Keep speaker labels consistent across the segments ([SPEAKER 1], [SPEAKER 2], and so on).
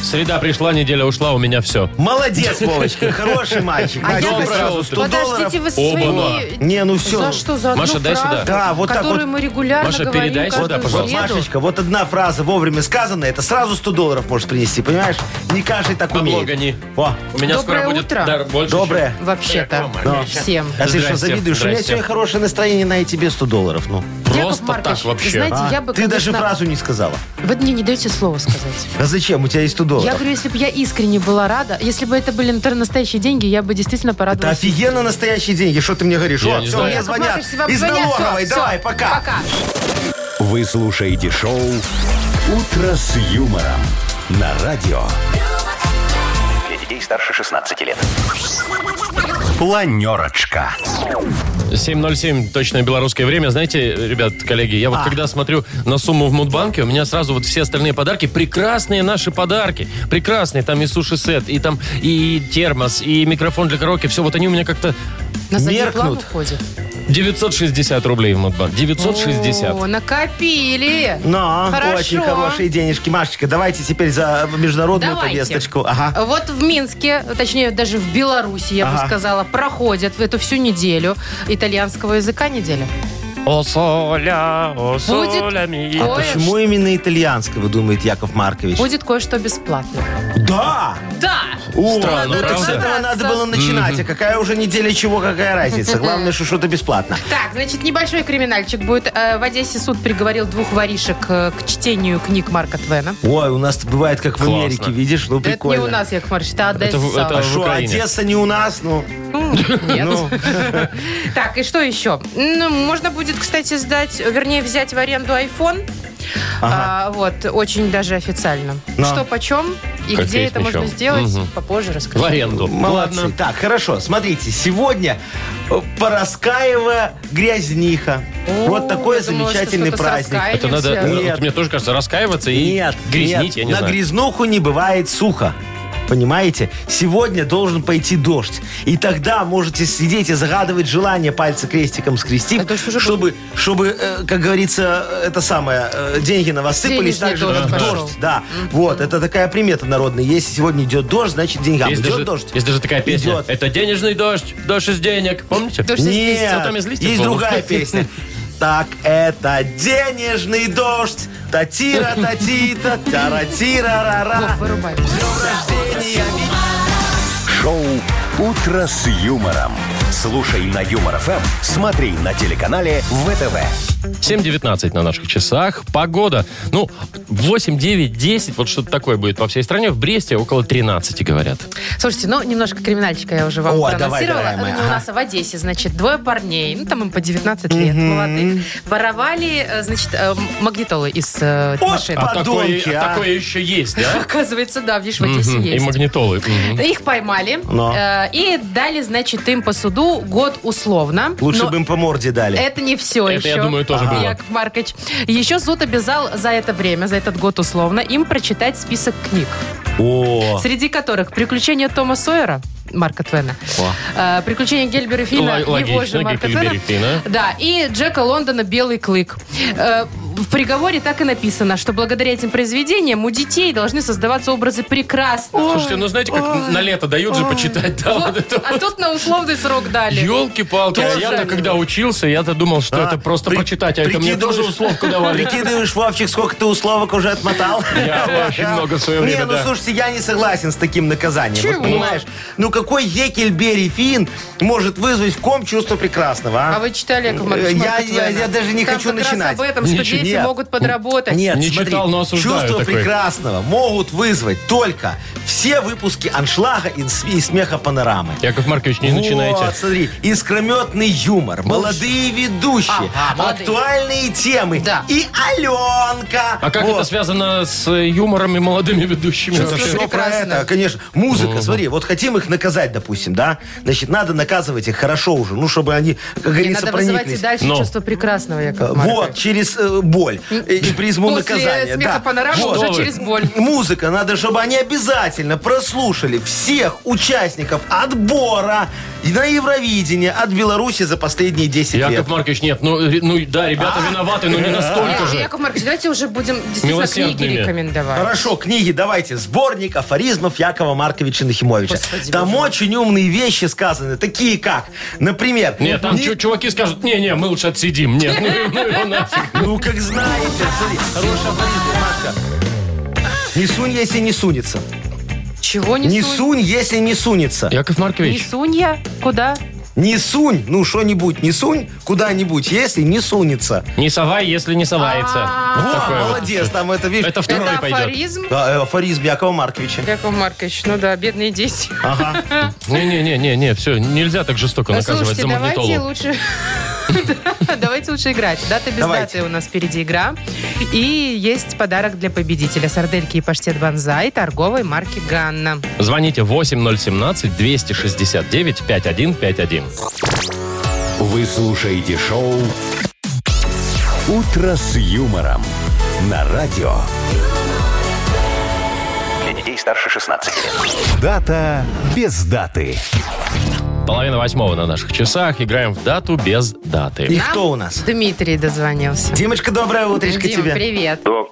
[SPEAKER 1] Среда пришла, неделя ушла, у меня все.
[SPEAKER 2] Молодец, Вовочка, хороший мальчик.
[SPEAKER 3] А я
[SPEAKER 2] Начал
[SPEAKER 1] Доброе
[SPEAKER 2] сразу
[SPEAKER 1] утро.
[SPEAKER 2] 100 долларов.
[SPEAKER 3] Подождите, вы со
[SPEAKER 1] Оба.
[SPEAKER 3] своими...
[SPEAKER 2] Не, ну все.
[SPEAKER 3] За что? За одну
[SPEAKER 1] Маша, дай сюда.
[SPEAKER 3] фразу,
[SPEAKER 2] Да, вот так
[SPEAKER 3] которую
[SPEAKER 2] вот.
[SPEAKER 3] мы регулярно
[SPEAKER 1] Маша,
[SPEAKER 3] говорим
[SPEAKER 1] передай сюда,
[SPEAKER 3] каждую
[SPEAKER 1] пожалуйста.
[SPEAKER 3] среду.
[SPEAKER 2] Машечка, вот одна фраза вовремя сказанная, это сразу 100 долларов может принести, понимаешь? Не каждый так умеет.
[SPEAKER 1] Облогани.
[SPEAKER 2] О,
[SPEAKER 1] У меня
[SPEAKER 3] Доброе
[SPEAKER 1] скоро будет
[SPEAKER 3] утро.
[SPEAKER 1] дар больше.
[SPEAKER 2] доброе.
[SPEAKER 3] Вообще-то. ну, Всем.
[SPEAKER 2] А ты
[SPEAKER 1] Здрасте,
[SPEAKER 2] что, завидуешь? У меня
[SPEAKER 1] здрасте.
[SPEAKER 2] сегодня хорошее настроение, на и тебе 100 долларов. Ну,
[SPEAKER 1] чем.
[SPEAKER 3] Яков
[SPEAKER 1] Просто
[SPEAKER 3] Маркович,
[SPEAKER 1] так вообще.
[SPEAKER 3] знаете,
[SPEAKER 2] А,
[SPEAKER 3] я бы,
[SPEAKER 2] ты даже
[SPEAKER 3] конечно-
[SPEAKER 2] фразу не сказала.
[SPEAKER 3] Вы мне не даете слово сказать.
[SPEAKER 2] Да зачем? У тебя есть 100
[SPEAKER 3] Я
[SPEAKER 2] долларов.
[SPEAKER 3] говорю, если бы я искренне была рада, если бы это были например, настоящие деньги, я бы действительно
[SPEAKER 2] Это
[SPEAKER 3] порадовалась.
[SPEAKER 2] офигенно настоящие деньги. Что ты мне говоришь?
[SPEAKER 1] Я
[SPEAKER 2] О,
[SPEAKER 1] не
[SPEAKER 2] все,
[SPEAKER 1] знаю.
[SPEAKER 2] мне
[SPEAKER 1] Яков
[SPEAKER 2] звонят.
[SPEAKER 3] Маркович, вам
[SPEAKER 2] Из
[SPEAKER 3] звонят. Всё,
[SPEAKER 2] налоговой.
[SPEAKER 3] всё.
[SPEAKER 2] Давай, пока.
[SPEAKER 3] Пока.
[SPEAKER 4] Вы слушаете шоу «Утро с юмором» на радио. Для детей старше 16 лет. Планерочка.
[SPEAKER 1] 7.07, точное белорусское время. Знаете, ребят, коллеги, я
[SPEAKER 3] А.
[SPEAKER 1] вот когда смотрю на сумму в Мудбанке, у меня сразу вот все остальные подарки, прекрасные наши подарки. Прекрасные, там и суши-сет, и там и термос, и микрофон для караоке. Все, вот они у меня как-то
[SPEAKER 3] На задний план
[SPEAKER 2] меркнут.
[SPEAKER 3] уходит.
[SPEAKER 1] 960 рублей в Мудбанк. 960.
[SPEAKER 3] О, накопили.
[SPEAKER 2] Но
[SPEAKER 3] Хорошо.
[SPEAKER 2] Ну, очень хорошие денежки. Машечка, давайте теперь за международную
[SPEAKER 3] Давайте.
[SPEAKER 2] повесточку. Ага.
[SPEAKER 3] Вот в Минске, точнее, даже в Беларуси, я бы
[SPEAKER 2] Ага.
[SPEAKER 3] сказала, проходят в эту всю неделю итальянского языка неделя.
[SPEAKER 1] О, соля, о,
[SPEAKER 3] Будет
[SPEAKER 1] соля ми.
[SPEAKER 3] кое-
[SPEAKER 2] А Почему именно итальянского, думает Яков Маркович?
[SPEAKER 3] Будет кое-что бесплатно.
[SPEAKER 2] Да!
[SPEAKER 3] Да!
[SPEAKER 2] О,
[SPEAKER 1] Странно,
[SPEAKER 2] ну это
[SPEAKER 1] правда?
[SPEAKER 2] с этого надо было начинать. А какая уже неделя чего, какая разница? Главное, что что-то бесплатно.
[SPEAKER 3] Так, значит, небольшой криминальчик будет. Э, В Одессе суд приговорил двух воришек э, к чтению книг Марка Твена.
[SPEAKER 2] Ой, у нас бывает как в
[SPEAKER 1] Классно.
[SPEAKER 2] Америке, видишь? Ну,
[SPEAKER 3] Да Это не у
[SPEAKER 2] прикольно.
[SPEAKER 3] нас, э, Яков Маркович, это Одесса.
[SPEAKER 1] Это в- это
[SPEAKER 2] А
[SPEAKER 1] в
[SPEAKER 2] что,
[SPEAKER 1] Украине.
[SPEAKER 2] Одесса не у нас? Ну,
[SPEAKER 3] Ну,
[SPEAKER 2] ну.
[SPEAKER 3] Нет. Так, и что еще? Ну, можно будет, кстати, сдать, вернее, взять в аренду iPhone. А, вот, очень даже официально.
[SPEAKER 2] Но.
[SPEAKER 3] Что почем и
[SPEAKER 1] Как
[SPEAKER 3] где
[SPEAKER 1] есть
[SPEAKER 3] это можно
[SPEAKER 1] мечом.
[SPEAKER 3] сделать,
[SPEAKER 1] Мгм.
[SPEAKER 3] попозже
[SPEAKER 1] В
[SPEAKER 3] расскажу.
[SPEAKER 1] аренду.
[SPEAKER 2] Молодцы.
[SPEAKER 1] Ладно.
[SPEAKER 2] Так, хорошо. Смотрите, сегодня э, Пороскаева грязниха.
[SPEAKER 3] О,
[SPEAKER 2] вот такой
[SPEAKER 3] я думала, что
[SPEAKER 2] замечательный
[SPEAKER 3] что-то с
[SPEAKER 2] праздник.
[SPEAKER 3] раскаянием
[SPEAKER 1] Это надо, э, ну,
[SPEAKER 3] связано.
[SPEAKER 2] Нет.
[SPEAKER 1] вот мне тоже кажется, раскаиваться и
[SPEAKER 2] Нет,
[SPEAKER 1] грязнить,
[SPEAKER 2] нет.
[SPEAKER 1] я не
[SPEAKER 2] на
[SPEAKER 1] знаю.
[SPEAKER 2] грязнуху не бывает сухо. Понимаете? Сегодня должен пойти дождь. И тогда можете сидеть и загадывать желание пальцы крестиком скрестив,
[SPEAKER 3] А дождь уже был.
[SPEAKER 2] чтобы, чтобы, э, как говорится, э, это самое, э, деньги на вас сыпались
[SPEAKER 3] Денежный
[SPEAKER 2] так же,
[SPEAKER 3] дождь
[SPEAKER 2] как
[SPEAKER 3] пошел.
[SPEAKER 2] дождь. Да. Вот, это такая примета народная. Если сегодня идет дождь, значит деньгам
[SPEAKER 1] Есть
[SPEAKER 2] идет
[SPEAKER 1] даже,
[SPEAKER 2] дождь.
[SPEAKER 1] есть даже такая песня.
[SPEAKER 2] Идет.
[SPEAKER 1] Это денежный дождь, дождь из денег. Помните?
[SPEAKER 3] Дождь из
[SPEAKER 2] Нет,
[SPEAKER 1] листьев. Ну, там из листьев
[SPEAKER 2] есть
[SPEAKER 1] было.
[SPEAKER 2] другая песня. Так, это денежный дождь. Татира, татита, таратира, рара.
[SPEAKER 3] Вов, вырубай.
[SPEAKER 4] Шоу «Утро с юмором». Слушай на Юмор ФМ, смотри на телеканале ВТВ.
[SPEAKER 1] 7.19 на наших часах. Погода. Ну, 8, 9, 10. Вот что-то такое будет по всей стране. В Бресте около 13, говорят.
[SPEAKER 3] Слушайте, ну, немножко криминальчика я уже вам
[SPEAKER 2] О, давай,
[SPEAKER 3] проанонсировала.
[SPEAKER 2] дорогая моя,
[SPEAKER 3] Ну, не у
[SPEAKER 2] ага.
[SPEAKER 3] нас, а в Одессе, значит, двое парней, ну, там им по 19 лет, молодых, воровали, э, значит, э, магнитолы из э,
[SPEAKER 2] Ой,
[SPEAKER 3] машины.
[SPEAKER 1] А такое,
[SPEAKER 2] подонки,
[SPEAKER 1] а
[SPEAKER 2] а.
[SPEAKER 1] такое еще есть, да?
[SPEAKER 3] Оказывается, да, видишь, в Одессе
[SPEAKER 1] Мгм. И
[SPEAKER 3] есть.
[SPEAKER 1] магнитолы. Мгм.
[SPEAKER 3] Их поймали
[SPEAKER 2] Но.
[SPEAKER 3] э, и дали, значит, им по суду год условно.
[SPEAKER 2] Лучше
[SPEAKER 3] Но
[SPEAKER 2] бы им по морде дали.
[SPEAKER 3] Это не все
[SPEAKER 1] Это,
[SPEAKER 3] еще.
[SPEAKER 1] я думаю, тоже было.
[SPEAKER 3] Яков Маркович. Еще суд обязал за это время, за этот год условно, им прочитать список книг,
[SPEAKER 2] О,
[SPEAKER 3] среди которых «Приключения Тома Сойера», Марка Твена. э, «Приключения Гельбера и Фина»,
[SPEAKER 1] Л-
[SPEAKER 3] его же
[SPEAKER 1] логично,
[SPEAKER 3] Марка
[SPEAKER 1] Гельбера и
[SPEAKER 3] Твена.
[SPEAKER 1] Фина.
[SPEAKER 3] Да, и Джека Лондона «Белый клык». Э, В приговоре так и написано, что благодаря этим произведениям у детей должны создаваться образы прекрасного.
[SPEAKER 1] Слушайте, ну знаете, как на лето дают же почитать, да, вот это
[SPEAKER 3] А тут на условный срок дали.
[SPEAKER 1] Елки-палки, а
[SPEAKER 3] Тоже.
[SPEAKER 1] я-то когда учился, я-то думал, что это просто
[SPEAKER 2] При-
[SPEAKER 1] прочитать, а это мне
[SPEAKER 2] прикидываешь-
[SPEAKER 1] тоже условку давали.
[SPEAKER 2] Прикидываешь, Вовчик, сколько ты условок уже отмотал?
[SPEAKER 1] Я очень много в свое время,
[SPEAKER 2] Не, ну
[SPEAKER 1] да.
[SPEAKER 2] слушайте, я не согласен с таким наказанием. Вот понимаешь? Ну какой Екельбери Фин может вызвать в ком чувство прекрасного, а?
[SPEAKER 3] А вы читали, Яков Маркович,
[SPEAKER 2] Я-
[SPEAKER 3] Марка
[SPEAKER 2] я-
[SPEAKER 3] Твена?
[SPEAKER 2] я даже не
[SPEAKER 3] Там
[SPEAKER 2] хочу
[SPEAKER 3] как раз
[SPEAKER 2] начинать.
[SPEAKER 3] об этом, что
[SPEAKER 1] Ничего.
[SPEAKER 3] дети
[SPEAKER 2] Нет.
[SPEAKER 3] могут подработать.
[SPEAKER 2] Нет,
[SPEAKER 1] Не
[SPEAKER 2] смотри,
[SPEAKER 1] читал, но осуждаю
[SPEAKER 2] чувство
[SPEAKER 1] такое.
[SPEAKER 2] прекрасного могут вызвать только все выпуски «Аншлага» и, с- и «Смеха панорамы».
[SPEAKER 1] Яков Маркович, не
[SPEAKER 2] Вот,
[SPEAKER 1] начинайте.
[SPEAKER 2] смотри, искрометный юмор, молодые ведущие,
[SPEAKER 3] Ага, молодые.
[SPEAKER 2] актуальные темы
[SPEAKER 3] Да.
[SPEAKER 2] и Аленка.
[SPEAKER 1] А как
[SPEAKER 2] Вот.
[SPEAKER 1] это связано с э, юмором и молодыми ведущими?
[SPEAKER 2] Это
[SPEAKER 1] вообще?
[SPEAKER 2] все про
[SPEAKER 3] прекрасно.
[SPEAKER 2] это, конечно. Музыка, смотри, вот хотим их наказать, допустим, да? Значит, надо наказывать их хорошо уже, ну, чтобы они, как
[SPEAKER 3] И
[SPEAKER 2] говорится,
[SPEAKER 3] надо вызывать и
[SPEAKER 2] прониклись.
[SPEAKER 3] дальше
[SPEAKER 1] Ну.
[SPEAKER 3] чувство прекрасного, Яков
[SPEAKER 2] Вот,
[SPEAKER 3] Маркович.
[SPEAKER 2] через э, боль э, и призму
[SPEAKER 3] После
[SPEAKER 2] наказания.
[SPEAKER 3] смеха
[SPEAKER 2] Да.
[SPEAKER 3] панорама
[SPEAKER 1] Вот.
[SPEAKER 3] уже
[SPEAKER 1] Что вы.
[SPEAKER 3] через боль.
[SPEAKER 2] Музыка, надо, чтобы они обязательно прослушали всех участников отбора и на Евровидение от Беларуси за последние 10 лет.
[SPEAKER 1] Яков Маркович, нет, ну, ре- ну да, ребята
[SPEAKER 2] А!
[SPEAKER 1] виноваты, но не настолько
[SPEAKER 3] Я-
[SPEAKER 1] же.
[SPEAKER 3] А, Яков Маркович, давайте уже будем действительно книги
[SPEAKER 1] Милосердными.
[SPEAKER 3] рекомендовать.
[SPEAKER 2] Хорошо, книги давайте. Сборник афоризмов Якова Марковича Нахимовича.
[SPEAKER 3] Господи,
[SPEAKER 2] там
[SPEAKER 3] боже мой.
[SPEAKER 2] очень умные вещи сказаны, такие как, например...
[SPEAKER 1] Нет, там
[SPEAKER 2] не-
[SPEAKER 1] чу- чуваки скажут, не-не, мы лучше отсидим. Нет, ну, ну его нафиг.
[SPEAKER 2] Ну, как знаете. Смотри, хороший афоризм, Машка. Не сунь, если не сунется.
[SPEAKER 3] Чего
[SPEAKER 2] Не
[SPEAKER 3] несу?
[SPEAKER 2] сунь, если не сунется.
[SPEAKER 1] Яков
[SPEAKER 3] Не
[SPEAKER 1] Маркович,
[SPEAKER 3] сунь я? Куда?
[SPEAKER 2] Не сунь, ну, что-нибудь, не сунь куда-нибудь, если не сунется.
[SPEAKER 1] не совай, если не совается.
[SPEAKER 3] А-а-а.
[SPEAKER 1] Вот
[SPEAKER 2] Во,
[SPEAKER 1] такое вот.
[SPEAKER 2] А, молодец, там это, видишь...
[SPEAKER 1] Это второй
[SPEAKER 3] Это
[SPEAKER 1] пойдет.
[SPEAKER 3] афоризм?
[SPEAKER 2] Да, э, афоризм Якова Марковича.
[SPEAKER 3] Яков Маркович, ну да, бедные дети.
[SPEAKER 2] Ага.
[SPEAKER 1] Не-не-не-не, все, нельзя так жестоко
[SPEAKER 3] Ну,
[SPEAKER 1] наказывать
[SPEAKER 3] слушайте,
[SPEAKER 1] за
[SPEAKER 3] давайте
[SPEAKER 1] магнитолу.
[SPEAKER 3] лучше... Да, Давайте лучше играть. Дата без
[SPEAKER 2] Давайте.
[SPEAKER 3] даты у нас впереди игра. И есть подарок для победителя. Сардельки и паштет банзай торговой марки «Ганна».
[SPEAKER 1] Звоните 8017-269-5151.
[SPEAKER 4] Вы слушаете шоу «Утро с юмором» на радио.
[SPEAKER 5] Для детей старше 16 лет.
[SPEAKER 4] Дата без даты.
[SPEAKER 1] Половина восьмого на наших часах. Играем в дату без даты.
[SPEAKER 2] И
[SPEAKER 3] Нам
[SPEAKER 2] кто у нас?
[SPEAKER 3] Дмитрий дозвонился.
[SPEAKER 2] Димочка, доброе утречко
[SPEAKER 3] Дим,
[SPEAKER 2] тебе.
[SPEAKER 3] привет.
[SPEAKER 6] Доб-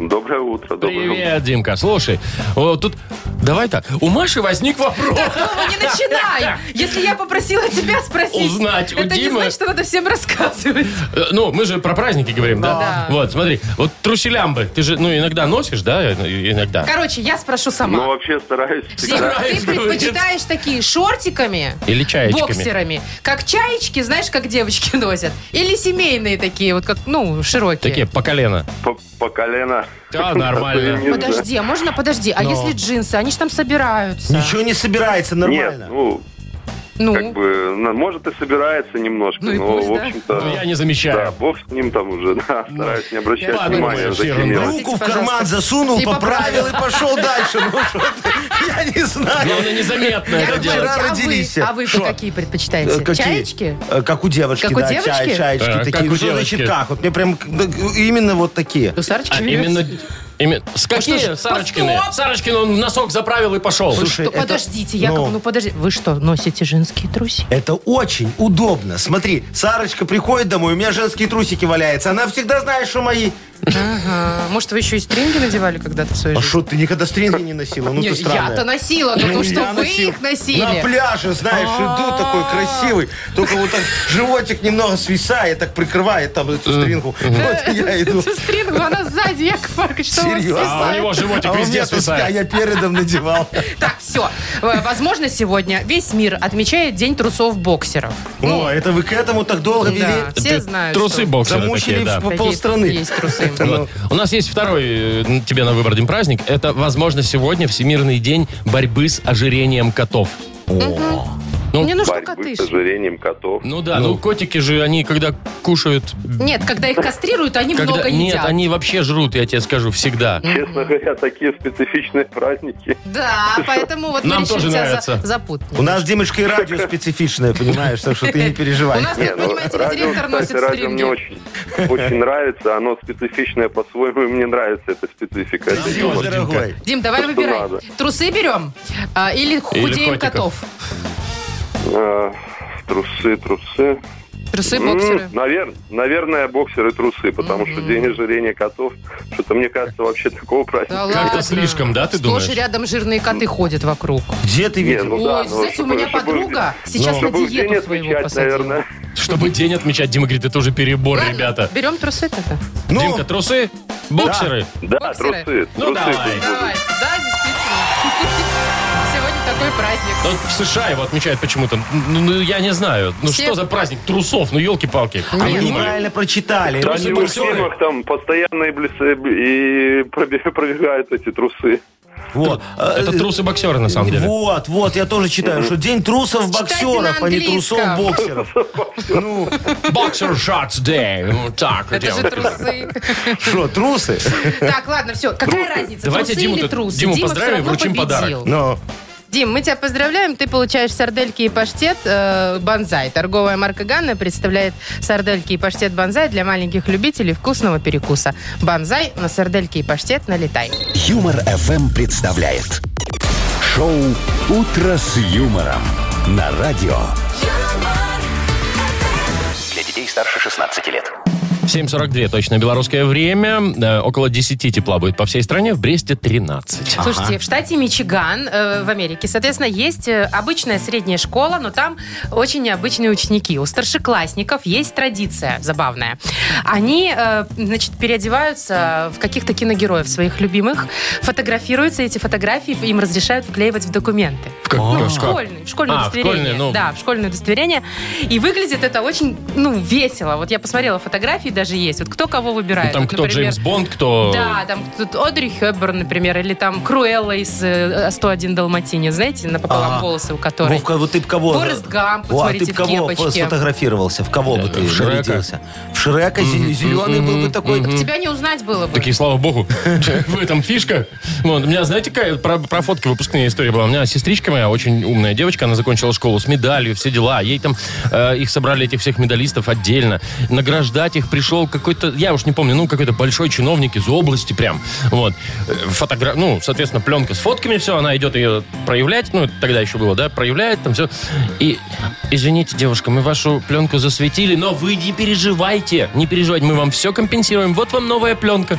[SPEAKER 6] Доброе утро, доброе утро.
[SPEAKER 1] Привет, Димка. Слушай, вот тут... Давай так. У Маши возник вопрос.
[SPEAKER 3] не начинай! Если я попросила тебя спросить,
[SPEAKER 1] Узнать у
[SPEAKER 3] это не
[SPEAKER 1] Димы.
[SPEAKER 3] значит, что надо всем рассказывать.
[SPEAKER 1] Э, Ну, мы же про праздники говорим, да?
[SPEAKER 3] Да.
[SPEAKER 1] Вот, смотри. Вот труселямбы. Ты же, ну, иногда носишь, да? ну, и- Иногда.
[SPEAKER 3] Короче, я спрошу
[SPEAKER 6] Ну,
[SPEAKER 3] сама.
[SPEAKER 6] вообще стараюсь
[SPEAKER 3] Дим,
[SPEAKER 6] всегда.
[SPEAKER 1] Ну, Стараюсь,
[SPEAKER 3] ты
[SPEAKER 1] говорит.
[SPEAKER 3] предпочитаешь такие шортиками,
[SPEAKER 1] Или чаечками.
[SPEAKER 3] боксерами, как чаечки, знаешь, как девочки носят, или семейные такие, вот как, ну, широкие.
[SPEAKER 1] Такие по колено.
[SPEAKER 6] По, по колено.
[SPEAKER 1] Да, нормально.
[SPEAKER 6] Не знаю.
[SPEAKER 3] Подожди, а можно подожди? А если джинсы, они же там собираются.
[SPEAKER 2] Ничего не собирается,
[SPEAKER 6] Нет,
[SPEAKER 2] нормально.
[SPEAKER 6] ну,
[SPEAKER 3] ну,
[SPEAKER 6] как бы, на- может и собирается немножко,
[SPEAKER 3] Ну и
[SPEAKER 6] но,
[SPEAKER 3] пусть,
[SPEAKER 6] в
[SPEAKER 3] да.
[SPEAKER 6] общем-то...
[SPEAKER 1] Ну, я не
[SPEAKER 6] Да,
[SPEAKER 1] замечаю.
[SPEAKER 6] бог с ним там уже, да, стараюсь не обращать
[SPEAKER 3] Ладно,
[SPEAKER 6] внимания.
[SPEAKER 1] Машечка,
[SPEAKER 6] Зачем
[SPEAKER 1] ну,
[SPEAKER 2] Руку
[SPEAKER 6] я?
[SPEAKER 2] в
[SPEAKER 3] Простите,
[SPEAKER 2] карман
[SPEAKER 3] пожалуйста.
[SPEAKER 2] засунул,
[SPEAKER 3] И
[SPEAKER 2] поправил
[SPEAKER 3] поправил.
[SPEAKER 2] и пошел дальше. Ну что ты? Я не
[SPEAKER 1] Главное,
[SPEAKER 2] знаю.
[SPEAKER 1] незаметно
[SPEAKER 3] Яков
[SPEAKER 1] это
[SPEAKER 2] Давай.
[SPEAKER 1] делать.
[SPEAKER 3] Маркович, а
[SPEAKER 2] родились.
[SPEAKER 3] вы, а вы
[SPEAKER 2] Шо?
[SPEAKER 3] какие предпочитаете?
[SPEAKER 2] Э, какие?
[SPEAKER 3] Чаечки?
[SPEAKER 2] Э, Как у девочки,
[SPEAKER 3] Как у
[SPEAKER 2] да, ча-
[SPEAKER 3] девочки?
[SPEAKER 2] чаечки
[SPEAKER 1] Так,
[SPEAKER 2] такие. Ну,
[SPEAKER 1] как у
[SPEAKER 2] Что
[SPEAKER 1] девочки?
[SPEAKER 2] значит как? Вот мне прям да, именно вот такие.
[SPEAKER 3] Гусарочки?
[SPEAKER 1] А именно... именно- С какие
[SPEAKER 3] ж,
[SPEAKER 1] Сарочкины?
[SPEAKER 3] постоп!
[SPEAKER 1] Сарочкин он носок заправил и пошел.
[SPEAKER 2] Слушай,
[SPEAKER 3] Что,
[SPEAKER 2] это-
[SPEAKER 3] подождите, Яков,
[SPEAKER 2] ну.
[SPEAKER 3] ну, подожди. Вы что, носите женские труси?
[SPEAKER 2] Это очень удобно. Смотри, Сарочка приходит домой, у меня женские трусики валяются. Она всегда знает, что мои.
[SPEAKER 3] Ага. А, Может, вы еще и стринги надевали когда-то в своей
[SPEAKER 2] А
[SPEAKER 3] жизни?
[SPEAKER 2] что, ты никогда стринги не носила? Ну
[SPEAKER 3] Не,
[SPEAKER 2] ты странная.
[SPEAKER 3] я-то носила, но
[SPEAKER 2] Ну,
[SPEAKER 3] то, что
[SPEAKER 2] я
[SPEAKER 3] вы
[SPEAKER 2] носил.
[SPEAKER 3] их носили.
[SPEAKER 2] На пляже, знаешь, иду такой красивый. Только вот так животик немного свисает, так прикрывает там эту стринку. Вот
[SPEAKER 3] Э,
[SPEAKER 2] я иду. А
[SPEAKER 3] Сестринка, она сзади, Яков Маркович, что у вас
[SPEAKER 2] Серьезно?
[SPEAKER 1] А у
[SPEAKER 3] свисает?
[SPEAKER 1] него животик
[SPEAKER 2] А у
[SPEAKER 1] везде
[SPEAKER 2] меня тут спя-
[SPEAKER 1] свисает.
[SPEAKER 2] я передом надевал.
[SPEAKER 3] Так, все. Э, Возможно, сегодня весь мир отмечает День трусов-боксеров. Ну,
[SPEAKER 2] О, это вы к этому так долго вели?
[SPEAKER 3] да, все знают,
[SPEAKER 1] Трусы
[SPEAKER 3] что
[SPEAKER 1] боксеры
[SPEAKER 2] Замучили
[SPEAKER 1] такие, да.
[SPEAKER 2] в
[SPEAKER 3] такие
[SPEAKER 2] полстраны.
[SPEAKER 3] есть трусы.
[SPEAKER 1] Вот. У нас есть второй э, тебе на выбор день праздник. Это, возможно, сегодня Всемирный день борьбы с ожирением котов.
[SPEAKER 3] Мне нужно
[SPEAKER 6] Борьбы
[SPEAKER 3] коты.
[SPEAKER 6] с ожирением котов.
[SPEAKER 1] Ну да, ну, котики же, они когда кушают...
[SPEAKER 3] Нет, когда их кастрируют, они
[SPEAKER 1] когда-
[SPEAKER 3] много едят.
[SPEAKER 1] Нет, они вообще жрут, я тебе скажу, всегда.
[SPEAKER 6] Честно говоря, такие специфичные праздники.
[SPEAKER 3] Да, поэтому вот
[SPEAKER 1] Нам
[SPEAKER 3] мы решили
[SPEAKER 1] тоже
[SPEAKER 3] тебя
[SPEAKER 1] нравится.
[SPEAKER 3] за- запутать.
[SPEAKER 2] У нас, Димочка, и радио специфичное, понимаешь, так что ты не
[SPEAKER 3] У
[SPEAKER 2] переживай.
[SPEAKER 3] нас, как понимаете, ли, директор носит
[SPEAKER 6] кстати, ну, радио мне
[SPEAKER 3] стринги.
[SPEAKER 6] очень, очень нравится. Оно специфичное по-своему, и мне нравится эта специфика. Это
[SPEAKER 1] Ну,
[SPEAKER 2] Спасибо,
[SPEAKER 6] юмор.
[SPEAKER 2] дорогой.
[SPEAKER 3] Дим, давай
[SPEAKER 6] То, что
[SPEAKER 3] выбирай.
[SPEAKER 6] надо.
[SPEAKER 3] Трусы берем а, или худеем
[SPEAKER 1] котиков.
[SPEAKER 3] котов?
[SPEAKER 6] Э, Трусы, трусы.
[SPEAKER 3] Трусы боксеры.
[SPEAKER 6] Наверное, наверное, боксеры трусы, потому что день ожирения котов, что-то мне кажется вообще такого праздника.
[SPEAKER 3] Да
[SPEAKER 1] Как-то
[SPEAKER 3] ладно.
[SPEAKER 1] слишком, да, ты
[SPEAKER 3] Сплошь
[SPEAKER 1] думаешь?
[SPEAKER 3] и рядом жирные коты ходят вокруг.
[SPEAKER 2] Где ты
[SPEAKER 6] Не,
[SPEAKER 2] видел?
[SPEAKER 6] ну да,
[SPEAKER 3] Ой,
[SPEAKER 6] ну,
[SPEAKER 3] знаете,
[SPEAKER 6] чтобы-
[SPEAKER 3] у меня
[SPEAKER 6] чтобы- ну,
[SPEAKER 3] подруга сейчас на
[SPEAKER 6] чтобы в день
[SPEAKER 3] диету своего
[SPEAKER 6] отвечать,
[SPEAKER 3] посадила.
[SPEAKER 6] наверное.
[SPEAKER 1] Чтобы день отмечать, Дима говорит, это уже перебор,
[SPEAKER 3] Ладно,
[SPEAKER 1] ребята.
[SPEAKER 3] Берем трусы тогда.
[SPEAKER 2] Ну,
[SPEAKER 1] Димка, трусы, боксеры.
[SPEAKER 6] Да,
[SPEAKER 3] Боксеры.
[SPEAKER 6] трусы.
[SPEAKER 1] Ну,
[SPEAKER 6] трусы
[SPEAKER 1] давай.
[SPEAKER 6] пусть будут.
[SPEAKER 3] Давай. Да, действительно. Сегодня такой праздник.
[SPEAKER 1] Вот в США его отмечают почему-то. Ну, ну, я не знаю. Ну,
[SPEAKER 3] Все-
[SPEAKER 1] что за праздник трусов? Ну, елки-палки.
[SPEAKER 2] а вы
[SPEAKER 1] Придумали.
[SPEAKER 2] неправильно прочитали.
[SPEAKER 6] Да, они в
[SPEAKER 1] боксеры.
[SPEAKER 6] фильмах там постоянно и, блес- и пробе- пробегают эти трусы.
[SPEAKER 2] Вот.
[SPEAKER 1] Это
[SPEAKER 2] Э,
[SPEAKER 1] трусы боксеры, на самом деле.
[SPEAKER 2] Вот, вот, я тоже читаю, что день
[SPEAKER 3] Читайте
[SPEAKER 2] трусов-боксеров,
[SPEAKER 3] на
[SPEAKER 2] а не трусов-боксеров. Ну,
[SPEAKER 1] Боксер shots day. Ну, так,
[SPEAKER 3] Это же
[SPEAKER 1] делают.
[SPEAKER 3] трусы.
[SPEAKER 2] что, трусы?
[SPEAKER 3] Так, ладно, все. Какая разница,
[SPEAKER 1] Давайте
[SPEAKER 3] трусы
[SPEAKER 1] Диму
[SPEAKER 3] или
[SPEAKER 1] тут-
[SPEAKER 3] трусы?
[SPEAKER 1] Диму
[SPEAKER 3] Дима всё
[SPEAKER 1] поздравим и
[SPEAKER 3] равно
[SPEAKER 1] вручим
[SPEAKER 3] победил.
[SPEAKER 2] Но
[SPEAKER 3] Дим, мы тебя поздравляем. Ты получаешь сардельки и паштет э, «Бонзай». Торговая марка «Ганна» представляет сардельки и паштет «Бонзай» для маленьких любителей вкусного перекуса. «Бонзай» на сардельки и паштет налетай.
[SPEAKER 4] Юмор FM представляет шоу Утро с юмором на радио.
[SPEAKER 5] Для детей старше 16 лет.
[SPEAKER 1] 7.42 точно белорусское время. Э, около 10 тепла будет по всей стране. В Бресте 13.
[SPEAKER 3] Слушайте, в штате Мичиган, э, в Америке, соответственно, есть э, обычная средняя школа, но там очень необычные ученики. У старшеклассников есть традиция забавная. Они, э, значит, переодеваются в каких-то киногероев своих любимых, фотографируются, эти фотографии им разрешают вклеивать в документы.
[SPEAKER 1] В как-
[SPEAKER 3] Ну,
[SPEAKER 1] как-
[SPEAKER 3] в школьный, в школьное
[SPEAKER 1] А, в
[SPEAKER 3] удостоверение.
[SPEAKER 1] школьное, ну.
[SPEAKER 3] Да, в школьное удостоверение. И выглядит это очень, ну, весело. Вот я посмотрела фотографии, даже есть. Вот кто кого выбирает.
[SPEAKER 1] Ну, Там
[SPEAKER 3] Вот,
[SPEAKER 1] кто
[SPEAKER 3] например,
[SPEAKER 1] Джеймс Бонд, кто...
[SPEAKER 3] да, там тут Одри Хепберн, например, или там Круэлла из э, 101 Далматини, знаете, напополам
[SPEAKER 2] А.
[SPEAKER 3] волосы у которой.
[SPEAKER 2] Вовка, вот ты б кого?
[SPEAKER 3] Форест Гамп,
[SPEAKER 2] О,
[SPEAKER 3] вот
[SPEAKER 2] а ты
[SPEAKER 3] смотрите,
[SPEAKER 2] б кого
[SPEAKER 3] в
[SPEAKER 2] фо-
[SPEAKER 3] кепочке.
[SPEAKER 2] сфотографировался? В кого бы ты
[SPEAKER 1] в Шрека.
[SPEAKER 2] нарядился? В Шрека зеленый был бы такой.
[SPEAKER 3] Тебя не узнать было бы.
[SPEAKER 1] Такие, слава богу, в этом фишка. Вот, у меня, знаете, какая про, про фотки выпускная история была? У меня сестричка моя, очень умная девочка, она закончила школу с медалью, все дела. Ей там, э, их собрали, этих всех медалистов отдельно. Награждать их пришел какой-то, я уж не помню, ну, какой-то большой чиновник из области прям. Вот. Э, Фотогра... Ну, соответственно, пленка с фотками, все, она идет ее проявлять, ну, это тогда еще было, да, проявляет там все. И, извините, девушка, мы вашу пленку засветили, но вы не переживайте, не переживайте, мы вам все компенсируем. Вот вам новая пленка.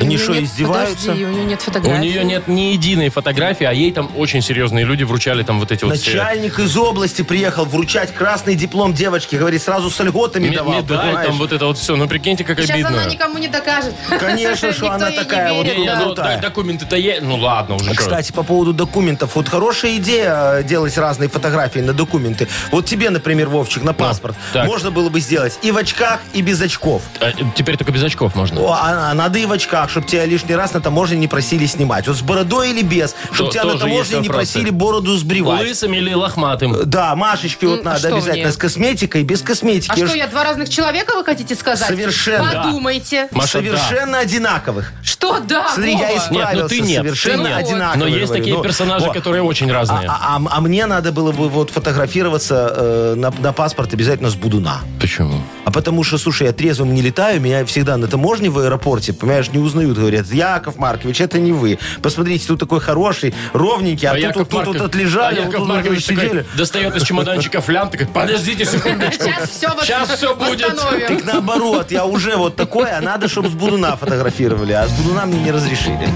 [SPEAKER 2] Они
[SPEAKER 3] У неё
[SPEAKER 2] что,
[SPEAKER 3] нет-
[SPEAKER 2] издеваются?
[SPEAKER 3] Подожди, у нее нет
[SPEAKER 1] У
[SPEAKER 3] фотографий.
[SPEAKER 1] нее нет ни единой фотографии, а ей там очень серьезные люди вручали там вот эти вот все-
[SPEAKER 2] Начальник из области приехал вручать красный диплом девочке. Говорит, сразу с льготами
[SPEAKER 1] Ме-
[SPEAKER 2] давал.
[SPEAKER 1] медаль,
[SPEAKER 2] понимаешь?
[SPEAKER 1] там вот это вот все. Ну, прикиньте, как
[SPEAKER 3] Сейчас
[SPEAKER 1] обидно.
[SPEAKER 3] она никому не докажет.
[SPEAKER 2] Конечно, что
[SPEAKER 3] Никто
[SPEAKER 2] она
[SPEAKER 3] ей не
[SPEAKER 2] такая вот
[SPEAKER 3] верит,
[SPEAKER 1] Не, не,
[SPEAKER 3] да.
[SPEAKER 1] ну,
[SPEAKER 2] крутая.
[SPEAKER 1] да, документы-то есть. Ну, ладно уже.
[SPEAKER 2] А,
[SPEAKER 1] чё.
[SPEAKER 2] Кстати, по поводу документов. Вот хорошая идея э, делать разные фотографии на документы. Вот тебе, например, Вовчик, на паспорт.
[SPEAKER 1] так.
[SPEAKER 2] Можно было бы сделать и в очках, и без очков.
[SPEAKER 1] А, теперь только без очков можно.
[SPEAKER 2] О, а, а надо и в очках, чтобы тебя лишний раз на таможне не просили снимать. Вот с бородой или без, чтобы
[SPEAKER 1] То-
[SPEAKER 2] тебя на
[SPEAKER 1] тоже есть
[SPEAKER 2] таможне не
[SPEAKER 1] вопросы.
[SPEAKER 2] просили бороду сбривать.
[SPEAKER 1] Лысым или лохматым?
[SPEAKER 2] Да, Машечке вот
[SPEAKER 3] М,
[SPEAKER 2] надо
[SPEAKER 3] что
[SPEAKER 2] обязательно
[SPEAKER 3] мне?
[SPEAKER 2] с косметикой, без косметики.
[SPEAKER 3] А
[SPEAKER 2] Я
[SPEAKER 3] что,
[SPEAKER 2] ж-
[SPEAKER 3] я два разных человека, вы хотите сказать?
[SPEAKER 2] Совершенно. Да.
[SPEAKER 3] Подумайте.
[SPEAKER 1] Маша, да.
[SPEAKER 2] Совершенно одинаковых.
[SPEAKER 3] Что да,
[SPEAKER 2] Смотри, я
[SPEAKER 3] А, Вова?
[SPEAKER 1] Нет, ну
[SPEAKER 2] исправился.
[SPEAKER 1] ты нет,
[SPEAKER 2] Совершенно
[SPEAKER 3] ты нет.
[SPEAKER 2] одинаковые.
[SPEAKER 1] Но есть
[SPEAKER 2] говорю.
[SPEAKER 1] такие
[SPEAKER 2] Ну,
[SPEAKER 1] персонажи,
[SPEAKER 2] вот.
[SPEAKER 1] которые очень
[SPEAKER 2] А,
[SPEAKER 1] разные.
[SPEAKER 2] а- а- а мне надо было бы вот фотографироваться э, на, на паспорт обязательно с Будуна.
[SPEAKER 1] Почему?
[SPEAKER 2] А потому что, слушай, я трезвым не летаю, меня всегда на таможне в аэропорте, понимаешь, не узнают, говорят, Яков Маркович, это не вы. Посмотрите, тут такой хороший, ровненький, а, тут,
[SPEAKER 1] Яков
[SPEAKER 2] вот тут
[SPEAKER 1] Марков-
[SPEAKER 2] вот отлежали,
[SPEAKER 1] а
[SPEAKER 2] вот
[SPEAKER 1] Яков
[SPEAKER 2] тут вот
[SPEAKER 1] Маркович такой
[SPEAKER 2] сидели.
[SPEAKER 1] достает из чемоданчика флян, такой, подождите секундочку.
[SPEAKER 3] Сейчас все,
[SPEAKER 1] Щас всё будет.
[SPEAKER 2] Так наоборот, я уже вот такой, а надо, чтобы с Будуна фотографировали, а с Будуна мне не разрешили.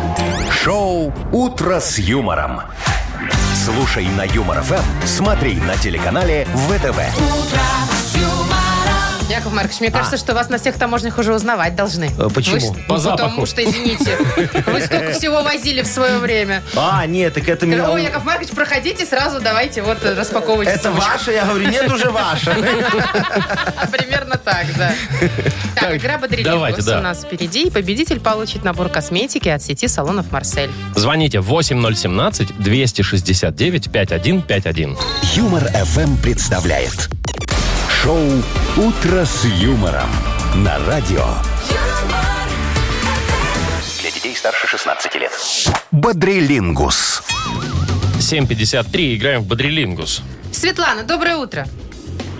[SPEAKER 4] Шоу «Утро с юмором». Слушай на Юмор ФМ, смотри на телеканале ВТВ.
[SPEAKER 3] Яков Маркович, мне кажется, что вас на всех таможнях уже узнавать должны.
[SPEAKER 2] Э, А. почему?
[SPEAKER 3] Вы ж-
[SPEAKER 1] По
[SPEAKER 3] ну,
[SPEAKER 1] запаху.
[SPEAKER 3] Потому что, извините, вы столько всего возили в свое время.
[SPEAKER 2] А, нет, так это меня...
[SPEAKER 3] О, Яков Маркович, проходите сразу, давайте вот э, распаковывайте.
[SPEAKER 2] Это
[SPEAKER 3] сумочку.
[SPEAKER 2] ваше? Я говорю, нет, уже ваше.
[SPEAKER 3] А, Примерно так, да. Так, игра бодрилингус
[SPEAKER 1] давайте, да.
[SPEAKER 3] у нас впереди. И победитель получит набор косметики от сети салонов «Марсель».
[SPEAKER 1] Звоните 8017-269-5151.
[SPEAKER 4] Юмор ФМ представляет шоу Утро с юмором на радио
[SPEAKER 5] Для детей старше 16 лет.
[SPEAKER 4] Бодрилингус.
[SPEAKER 1] 7.53, играем в Бодрилингус.
[SPEAKER 3] Светлана, доброе утро.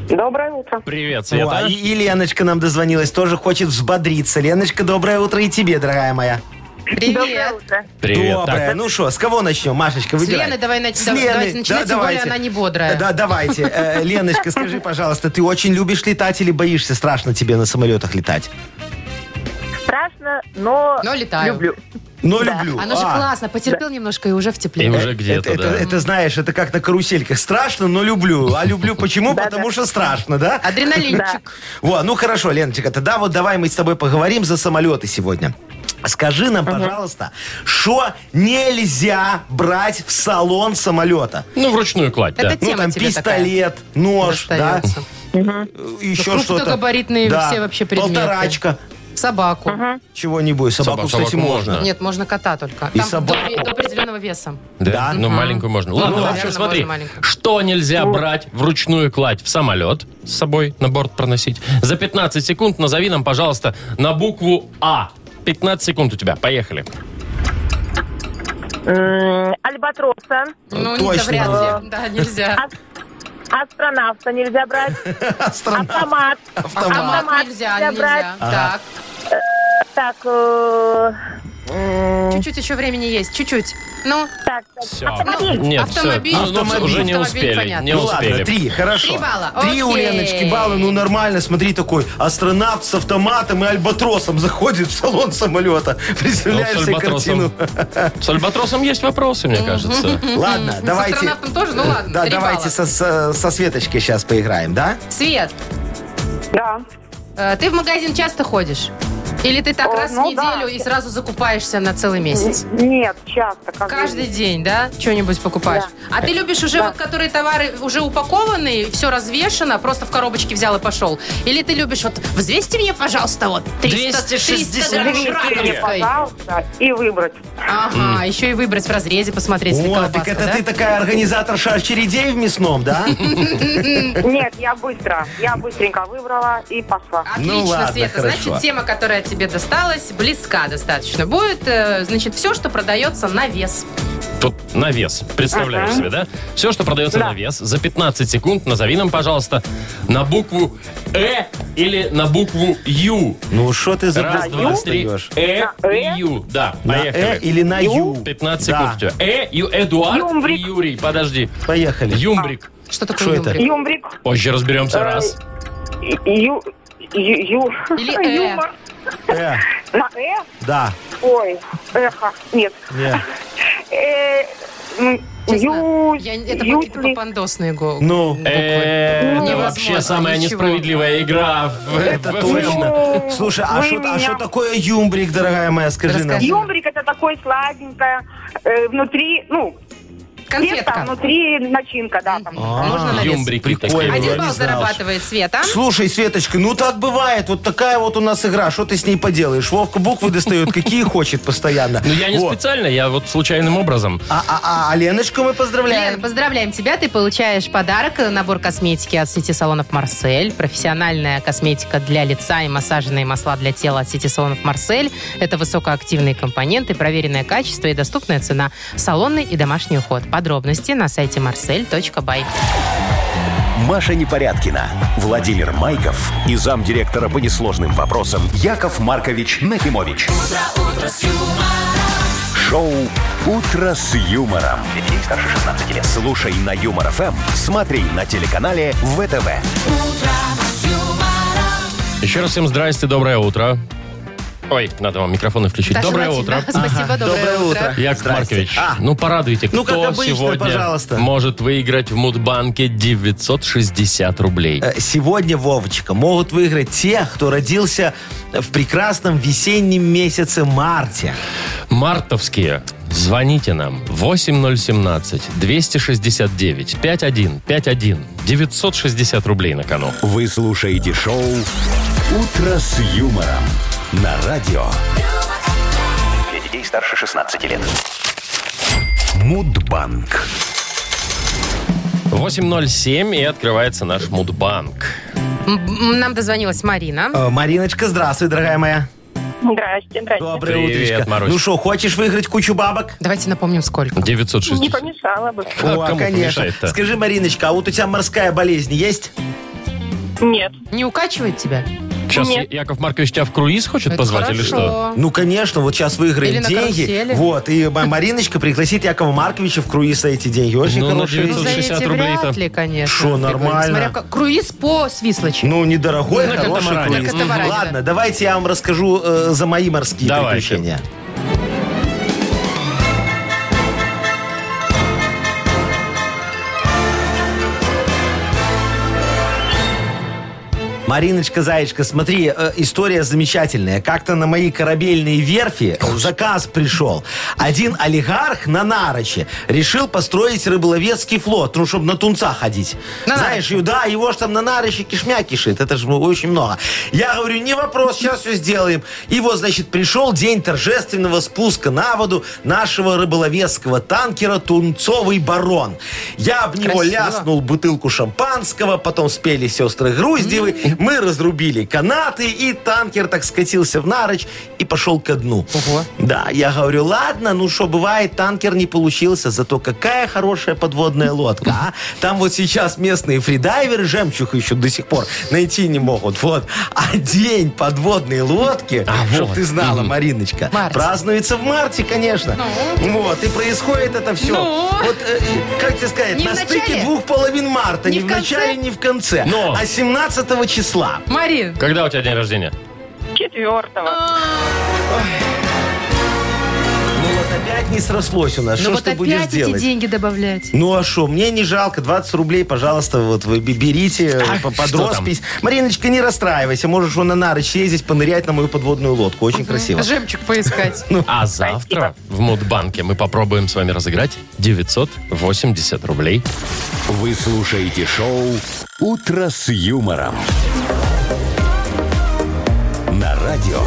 [SPEAKER 7] Доброе утро.
[SPEAKER 1] Привет, Света.
[SPEAKER 2] О, а И и Леночка нам дозвонилась, тоже хочет взбодриться. Леночка, доброе утро и тебе, дорогая моя.
[SPEAKER 7] Доброе
[SPEAKER 3] Привет.
[SPEAKER 7] утро.
[SPEAKER 1] Привет.
[SPEAKER 2] Доброе.
[SPEAKER 1] Так,
[SPEAKER 2] Ну что, с кого начнем? Машечка, выбирай.
[SPEAKER 3] Лены давай нач- давай- давайте начинать, тем более она не бодрая.
[SPEAKER 2] Да, давайте. Э, Леночка, скажи, пожалуйста, ты очень любишь летать или боишься? Страшно тебе на самолетах летать?
[SPEAKER 7] Страшно, но,
[SPEAKER 3] Но летаю.
[SPEAKER 7] люблю.
[SPEAKER 2] Но люблю.
[SPEAKER 3] Оно же
[SPEAKER 2] А,
[SPEAKER 3] классно. Потерпел немножко и уже в
[SPEAKER 1] и
[SPEAKER 3] тепле.
[SPEAKER 1] уже
[SPEAKER 2] Это,
[SPEAKER 1] где-то,
[SPEAKER 2] Э, это-
[SPEAKER 1] да.
[SPEAKER 2] это, знаешь, это как на карусельках. Страшно, но люблю. А люблю почему?
[SPEAKER 7] Да-да.
[SPEAKER 2] Потому что страшно, да?
[SPEAKER 3] А Адреналинчик.
[SPEAKER 2] Во, ну хорошо, Леночка, тогда вот давай мы с тобой поговорим за самолеты сегодня. Скажи нам, пожалуйста, что нельзя брать в салон самолета?
[SPEAKER 1] Ну, вручную кладь, да.
[SPEAKER 3] Это
[SPEAKER 2] Ну,
[SPEAKER 3] Тема
[SPEAKER 2] там
[SPEAKER 3] тебе
[SPEAKER 2] пистолет, нож, да,
[SPEAKER 3] Достается.
[SPEAKER 2] еще
[SPEAKER 3] круто
[SPEAKER 2] что-то.
[SPEAKER 3] габаритные все вообще предметы.
[SPEAKER 2] Полторачка,
[SPEAKER 3] Собаку.
[SPEAKER 2] чего-нибудь.
[SPEAKER 1] Собаку,
[SPEAKER 2] Собаку, кстати,
[SPEAKER 1] собаку
[SPEAKER 2] можно.
[SPEAKER 1] можно.
[SPEAKER 3] Нет, можно кота только.
[SPEAKER 2] И
[SPEAKER 3] Там
[SPEAKER 2] собаку.
[SPEAKER 3] До, до определенного веса.
[SPEAKER 2] да.
[SPEAKER 1] Ну, маленькую можно. Ладно, в
[SPEAKER 3] ну,
[SPEAKER 1] общем,
[SPEAKER 3] наверное,
[SPEAKER 1] смотри.
[SPEAKER 3] можно маленькую. Ну,
[SPEAKER 1] Что нельзя брать вручную кладь в самолет с собой на борт проносить? За 15 секунд назови нам, пожалуйста, на букву А. 15 секунд у тебя. Поехали.
[SPEAKER 7] м, альбатроса,
[SPEAKER 3] Ну,
[SPEAKER 2] Точно.
[SPEAKER 3] не вряд ли. Да, нельзя.
[SPEAKER 7] ас- астронавта нельзя брать,
[SPEAKER 3] А,
[SPEAKER 2] Астронавт.
[SPEAKER 7] автомат,
[SPEAKER 2] Автомат.
[SPEAKER 3] Автомат
[SPEAKER 7] автомат
[SPEAKER 3] нельзя,
[SPEAKER 7] нельзя
[SPEAKER 3] нельзя.
[SPEAKER 7] брать.
[SPEAKER 3] Так,
[SPEAKER 7] так, э, м,
[SPEAKER 3] чуть-чуть еще времени есть, чуть-чуть. Ну,
[SPEAKER 7] так, так,
[SPEAKER 1] Всё.
[SPEAKER 7] автомобиль.
[SPEAKER 1] Нет,
[SPEAKER 3] Автомобиль.
[SPEAKER 1] всё. Ну, ну,
[SPEAKER 2] Автомобиль.
[SPEAKER 1] уже не
[SPEAKER 3] Автомобиль,
[SPEAKER 1] успели.
[SPEAKER 3] понятно.
[SPEAKER 1] Не
[SPEAKER 3] Ну
[SPEAKER 2] Ну ладно,
[SPEAKER 1] успели.
[SPEAKER 2] три, хорошо.
[SPEAKER 3] Три балла,
[SPEAKER 2] Три у
[SPEAKER 3] окей.
[SPEAKER 2] Леночки балла, ну нормально, смотри, такой астронавт с автоматом и альбатросом заходит в салон самолета. Представляешь
[SPEAKER 1] Ну, с
[SPEAKER 2] себе
[SPEAKER 1] альбатросом.
[SPEAKER 2] картину?
[SPEAKER 1] С Альбатросом есть вопросы, мне кажется.
[SPEAKER 2] Ладно,
[SPEAKER 3] с
[SPEAKER 2] давайте...
[SPEAKER 3] астронавтом тоже, ну ладно,
[SPEAKER 2] Да,
[SPEAKER 3] три
[SPEAKER 2] давайте
[SPEAKER 3] балла.
[SPEAKER 2] со, со- со Светочкой сейчас поиграем, да?
[SPEAKER 3] Свет,
[SPEAKER 7] Да.
[SPEAKER 3] э, ты в магазин часто ходишь? Или ты так
[SPEAKER 7] О,
[SPEAKER 3] раз в
[SPEAKER 7] ну да.
[SPEAKER 3] неделю и сразу закупаешься на целый месяц?
[SPEAKER 7] Нет, часто. как
[SPEAKER 3] Каждый
[SPEAKER 7] бы.
[SPEAKER 3] день, да, что-нибудь покупаешь? А ты любишь уже вот, которые товары уже упакованы, все развешено, просто в коробочке взял и пошел? Или ты любишь вот, взвесьте мне, пожалуйста, вот 300, 300 грамм шраковской».
[SPEAKER 7] Пожалуйста, и выбрать.
[SPEAKER 3] Ага, еще и выбрать в разрезе, посмотреть, если
[SPEAKER 2] О, так
[SPEAKER 3] колбаска,
[SPEAKER 2] это
[SPEAKER 3] да?
[SPEAKER 2] ты такая организаторша очередей в мясном, да?
[SPEAKER 7] Нет, я быстро. Я быстренько выбрала и пошла.
[SPEAKER 3] Отлично,
[SPEAKER 2] Ну ладно,
[SPEAKER 3] Света.
[SPEAKER 2] хорошо.
[SPEAKER 3] Значит, тема, которая тебе досталась, близка достаточно будет. Э, Значит, все, что продается на вес.
[SPEAKER 1] Тут на вес. Представляешь себе, да? Все, что продается на вес, за 15 секунд назови нам, пожалуйста, на букву Э или на букву Ю.
[SPEAKER 2] Ну, что ты за
[SPEAKER 1] Раз,
[SPEAKER 2] блюдо
[SPEAKER 1] два, три.
[SPEAKER 2] достаешь?
[SPEAKER 1] Э
[SPEAKER 7] На «э»?
[SPEAKER 1] и Ю. Да,
[SPEAKER 2] На Э
[SPEAKER 1] поехали.
[SPEAKER 2] или на Ю?
[SPEAKER 1] 15
[SPEAKER 2] Да,
[SPEAKER 1] секунд у тебя. Э, Ю, Эдуард
[SPEAKER 7] Юмбрик.
[SPEAKER 1] и Юрий. Подожди.
[SPEAKER 2] Поехали.
[SPEAKER 1] Юмбрик.
[SPEAKER 2] Что
[SPEAKER 3] Что такое
[SPEAKER 2] это?
[SPEAKER 3] юмбрик?
[SPEAKER 7] Юмбрик.
[SPEAKER 1] Позже разберемся.
[SPEAKER 7] Э,
[SPEAKER 1] Раз.
[SPEAKER 7] и- и Ю... ю- ю-
[SPEAKER 3] Или «э».
[SPEAKER 7] юмор.
[SPEAKER 2] Э,
[SPEAKER 7] На «э»?
[SPEAKER 2] да.
[SPEAKER 7] Ой, эхо. Нет.
[SPEAKER 2] Нет.
[SPEAKER 7] Э, м,
[SPEAKER 3] Честно,
[SPEAKER 7] ю-
[SPEAKER 3] я- это
[SPEAKER 7] ю-
[SPEAKER 3] какие-то попандосные го-
[SPEAKER 2] Ну.
[SPEAKER 3] буквы.
[SPEAKER 1] Э, Это вообще
[SPEAKER 3] Невозможно,
[SPEAKER 1] самая
[SPEAKER 3] ничего.
[SPEAKER 1] несправедливая игра. в-
[SPEAKER 2] Это
[SPEAKER 1] в- в-
[SPEAKER 2] точно. Слушай, а
[SPEAKER 7] вы
[SPEAKER 2] что а
[SPEAKER 7] меня-
[SPEAKER 2] шо такое юмбрик, дорогая моя, скажи нам?
[SPEAKER 3] Расскажи.
[SPEAKER 7] Юмбрик это такое сладенькое. э, внутри, ну, тесто, а
[SPEAKER 3] Конфетка.
[SPEAKER 7] внутри начинка, да. Там.
[SPEAKER 3] Можно на вес?
[SPEAKER 1] Юмбрики
[SPEAKER 2] Прикольно.
[SPEAKER 1] такие.
[SPEAKER 2] а, Я
[SPEAKER 3] Один
[SPEAKER 2] не
[SPEAKER 3] балл
[SPEAKER 2] знал.
[SPEAKER 3] зарабатывает Света.
[SPEAKER 2] Слушай, Светочка, ну так бывает. Вот такая вот у нас игра. Что ты с ней поделаешь? Вовка буквы достает, какие хочет постоянно.
[SPEAKER 1] Ну, я не
[SPEAKER 2] Вот.
[SPEAKER 1] специально, я вот случайным образом.
[SPEAKER 2] А, а, а, а Леночку мы
[SPEAKER 3] Лен,
[SPEAKER 2] поздравляем.
[SPEAKER 3] поздравляем тебя. Ты получаешь подарок. э, Набор косметики от сети салонов «Марсель». Профессиональная косметика для лица и массажные масла для тела от сети салонов «Марсель». Это высокоактивные компоненты, проверенное качество и доступная цена. Салонный и домашний уход. Подробности на сайте marsel.by.
[SPEAKER 4] Маша Непорядкина, Владимир Майков и замдиректора по несложным вопросам Яков Маркович Нахимович. Шоу Утро с юмором. Детей старше 16 лет. Слушай на юмор ФМ, смотри на телеканале ВТВ.
[SPEAKER 1] Еще раз всем здрасте, доброе утро. Ой, надо вам микрофоны включить.
[SPEAKER 3] Даже
[SPEAKER 1] доброе
[SPEAKER 3] желательно.
[SPEAKER 1] утро.
[SPEAKER 3] Спасибо, доброе
[SPEAKER 2] доброе
[SPEAKER 3] утро.
[SPEAKER 2] утро.
[SPEAKER 1] Яков
[SPEAKER 2] Здрасте.
[SPEAKER 1] Маркович,
[SPEAKER 2] А.
[SPEAKER 1] ну порадуйте,
[SPEAKER 2] Ну, как
[SPEAKER 1] кто
[SPEAKER 2] обычно,
[SPEAKER 1] сегодня
[SPEAKER 2] пожалуйста.
[SPEAKER 1] может выиграть в Мудбанке 960 рублей.
[SPEAKER 2] Э, Сегодня, Вовочка, могут выиграть те, кто родился в прекрасном весеннем месяце марте.
[SPEAKER 1] Мартовские, звоните нам 8017-269-5151. 960 рублей на кону.
[SPEAKER 4] Вы слушаете шоу Утро с юмором на радио
[SPEAKER 5] Для детей старше 16 лет.
[SPEAKER 4] Мудбанк.
[SPEAKER 1] 8.07 и открывается наш Мудбанк.
[SPEAKER 3] М, м, Нам дозвонилась Марина.
[SPEAKER 2] Э, Мариночка, здравствуй, дорогая моя.
[SPEAKER 7] Здрасте, здрасте.
[SPEAKER 2] Доброе
[SPEAKER 1] Привет,
[SPEAKER 2] утречко.
[SPEAKER 1] Марусечка.
[SPEAKER 2] Ну что, хочешь выиграть кучу бабок?
[SPEAKER 3] Давайте напомним, сколько.
[SPEAKER 1] 960.
[SPEAKER 7] Не помешало бы.
[SPEAKER 1] А
[SPEAKER 2] О,
[SPEAKER 1] кому
[SPEAKER 2] конечно.
[SPEAKER 1] помешает-то?
[SPEAKER 2] Скажи, Мариночка, а вот у тебя морская болезнь есть?
[SPEAKER 7] Нет.
[SPEAKER 3] Не укачивает тебя?
[SPEAKER 1] Сейчас
[SPEAKER 7] Нет.
[SPEAKER 1] Яков Маркович тебя в круиз хочет
[SPEAKER 3] Это
[SPEAKER 1] позвать или что?
[SPEAKER 3] хорошо.
[SPEAKER 2] Ну, конечно, вот сейчас выиграем
[SPEAKER 3] Или на
[SPEAKER 2] деньги.
[SPEAKER 3] карусели.
[SPEAKER 2] Вот, и ма- Мариночка пригласит Якова Марковича в круиз на эти деньги. Очень
[SPEAKER 1] Ну, на
[SPEAKER 2] хорошие.
[SPEAKER 3] Ну, за
[SPEAKER 1] 960
[SPEAKER 3] эти
[SPEAKER 1] рублей-то.
[SPEAKER 3] вряд ли, конечно.
[SPEAKER 2] Шо, нормально?
[SPEAKER 3] Смотря как- Круиз по Свислочи.
[SPEAKER 2] Ну, недорогой,
[SPEAKER 1] На
[SPEAKER 2] хороший
[SPEAKER 1] катамаране.
[SPEAKER 2] круиз.
[SPEAKER 3] На катамаране, да.
[SPEAKER 2] Ладно, давайте я вам расскажу э, за мои морские
[SPEAKER 1] Давайте.
[SPEAKER 2] приключения. Мариночка, Заячка, смотри, э, история замечательная. Как-то на мои корабельные верфи заказ пришел. Один олигарх на Нароче решил построить рыболовецкий флот, ну, чтобы на тунца ходить.
[SPEAKER 3] На
[SPEAKER 2] Знаешь, и- да, его ж там на Нароче кишмя кишит, это же очень много. Я говорю, не вопрос, сейчас все сделаем. И вот, значит, пришел день торжественного спуска на воду нашего рыболовецкого танкера «Тунцовый барон». Я об него
[SPEAKER 3] Красиво.
[SPEAKER 2] ляснул бутылку шампанского, потом спели сестры Груздевы. Мы разрубили канаты, и танкер так скатился в нарочь и пошел ко дну.
[SPEAKER 3] Ого.
[SPEAKER 2] Да, я говорю, ладно, ну что, бывает, танкер не получился, зато какая хорошая подводная лодка, а? Там вот сейчас местные фридайверы жемчуг еще до сих пор найти не могут, вот. А день подводной лодки, чтобы ты знала, Мариночка,
[SPEAKER 3] А, Март.
[SPEAKER 2] празднуется в марте, конечно. Вот, и происходит это все.
[SPEAKER 3] Ну.
[SPEAKER 2] Вот, э, э, как тебе сказать,
[SPEAKER 3] Не
[SPEAKER 2] на
[SPEAKER 3] в
[SPEAKER 2] стыке
[SPEAKER 3] начале?
[SPEAKER 2] двух Ну, половин марта,
[SPEAKER 3] Не
[SPEAKER 2] не,
[SPEAKER 3] в
[SPEAKER 2] в
[SPEAKER 3] конце?
[SPEAKER 2] начале, не в конце,
[SPEAKER 1] Но.
[SPEAKER 2] а 17 числа.
[SPEAKER 1] Ну,
[SPEAKER 3] Марин,
[SPEAKER 1] Когда у тебя день рождения?
[SPEAKER 7] Четвертого.
[SPEAKER 2] Ну вот опять не срослось у нас.
[SPEAKER 3] ну
[SPEAKER 2] что ж
[SPEAKER 3] вот
[SPEAKER 2] ты будешь
[SPEAKER 3] опять эти
[SPEAKER 2] делать?
[SPEAKER 3] деньги добавлять.
[SPEAKER 2] Ну а что, мне не жалко, 20 рублей, пожалуйста, вот вы бе- берите э, по- под
[SPEAKER 1] что там?
[SPEAKER 2] роспись. Мариночка, не расстраивайся, можешь вон на Нарыч съездить, понырять на мою подводную лодку, очень красиво.
[SPEAKER 3] Ну, Жемчуг поискать.
[SPEAKER 2] Ну.
[SPEAKER 1] А завтра в Мудбанке мы попробуем с вами разыграть 980 рублей.
[SPEAKER 4] Вы слушаете шоу «Утро с юмором». На радио.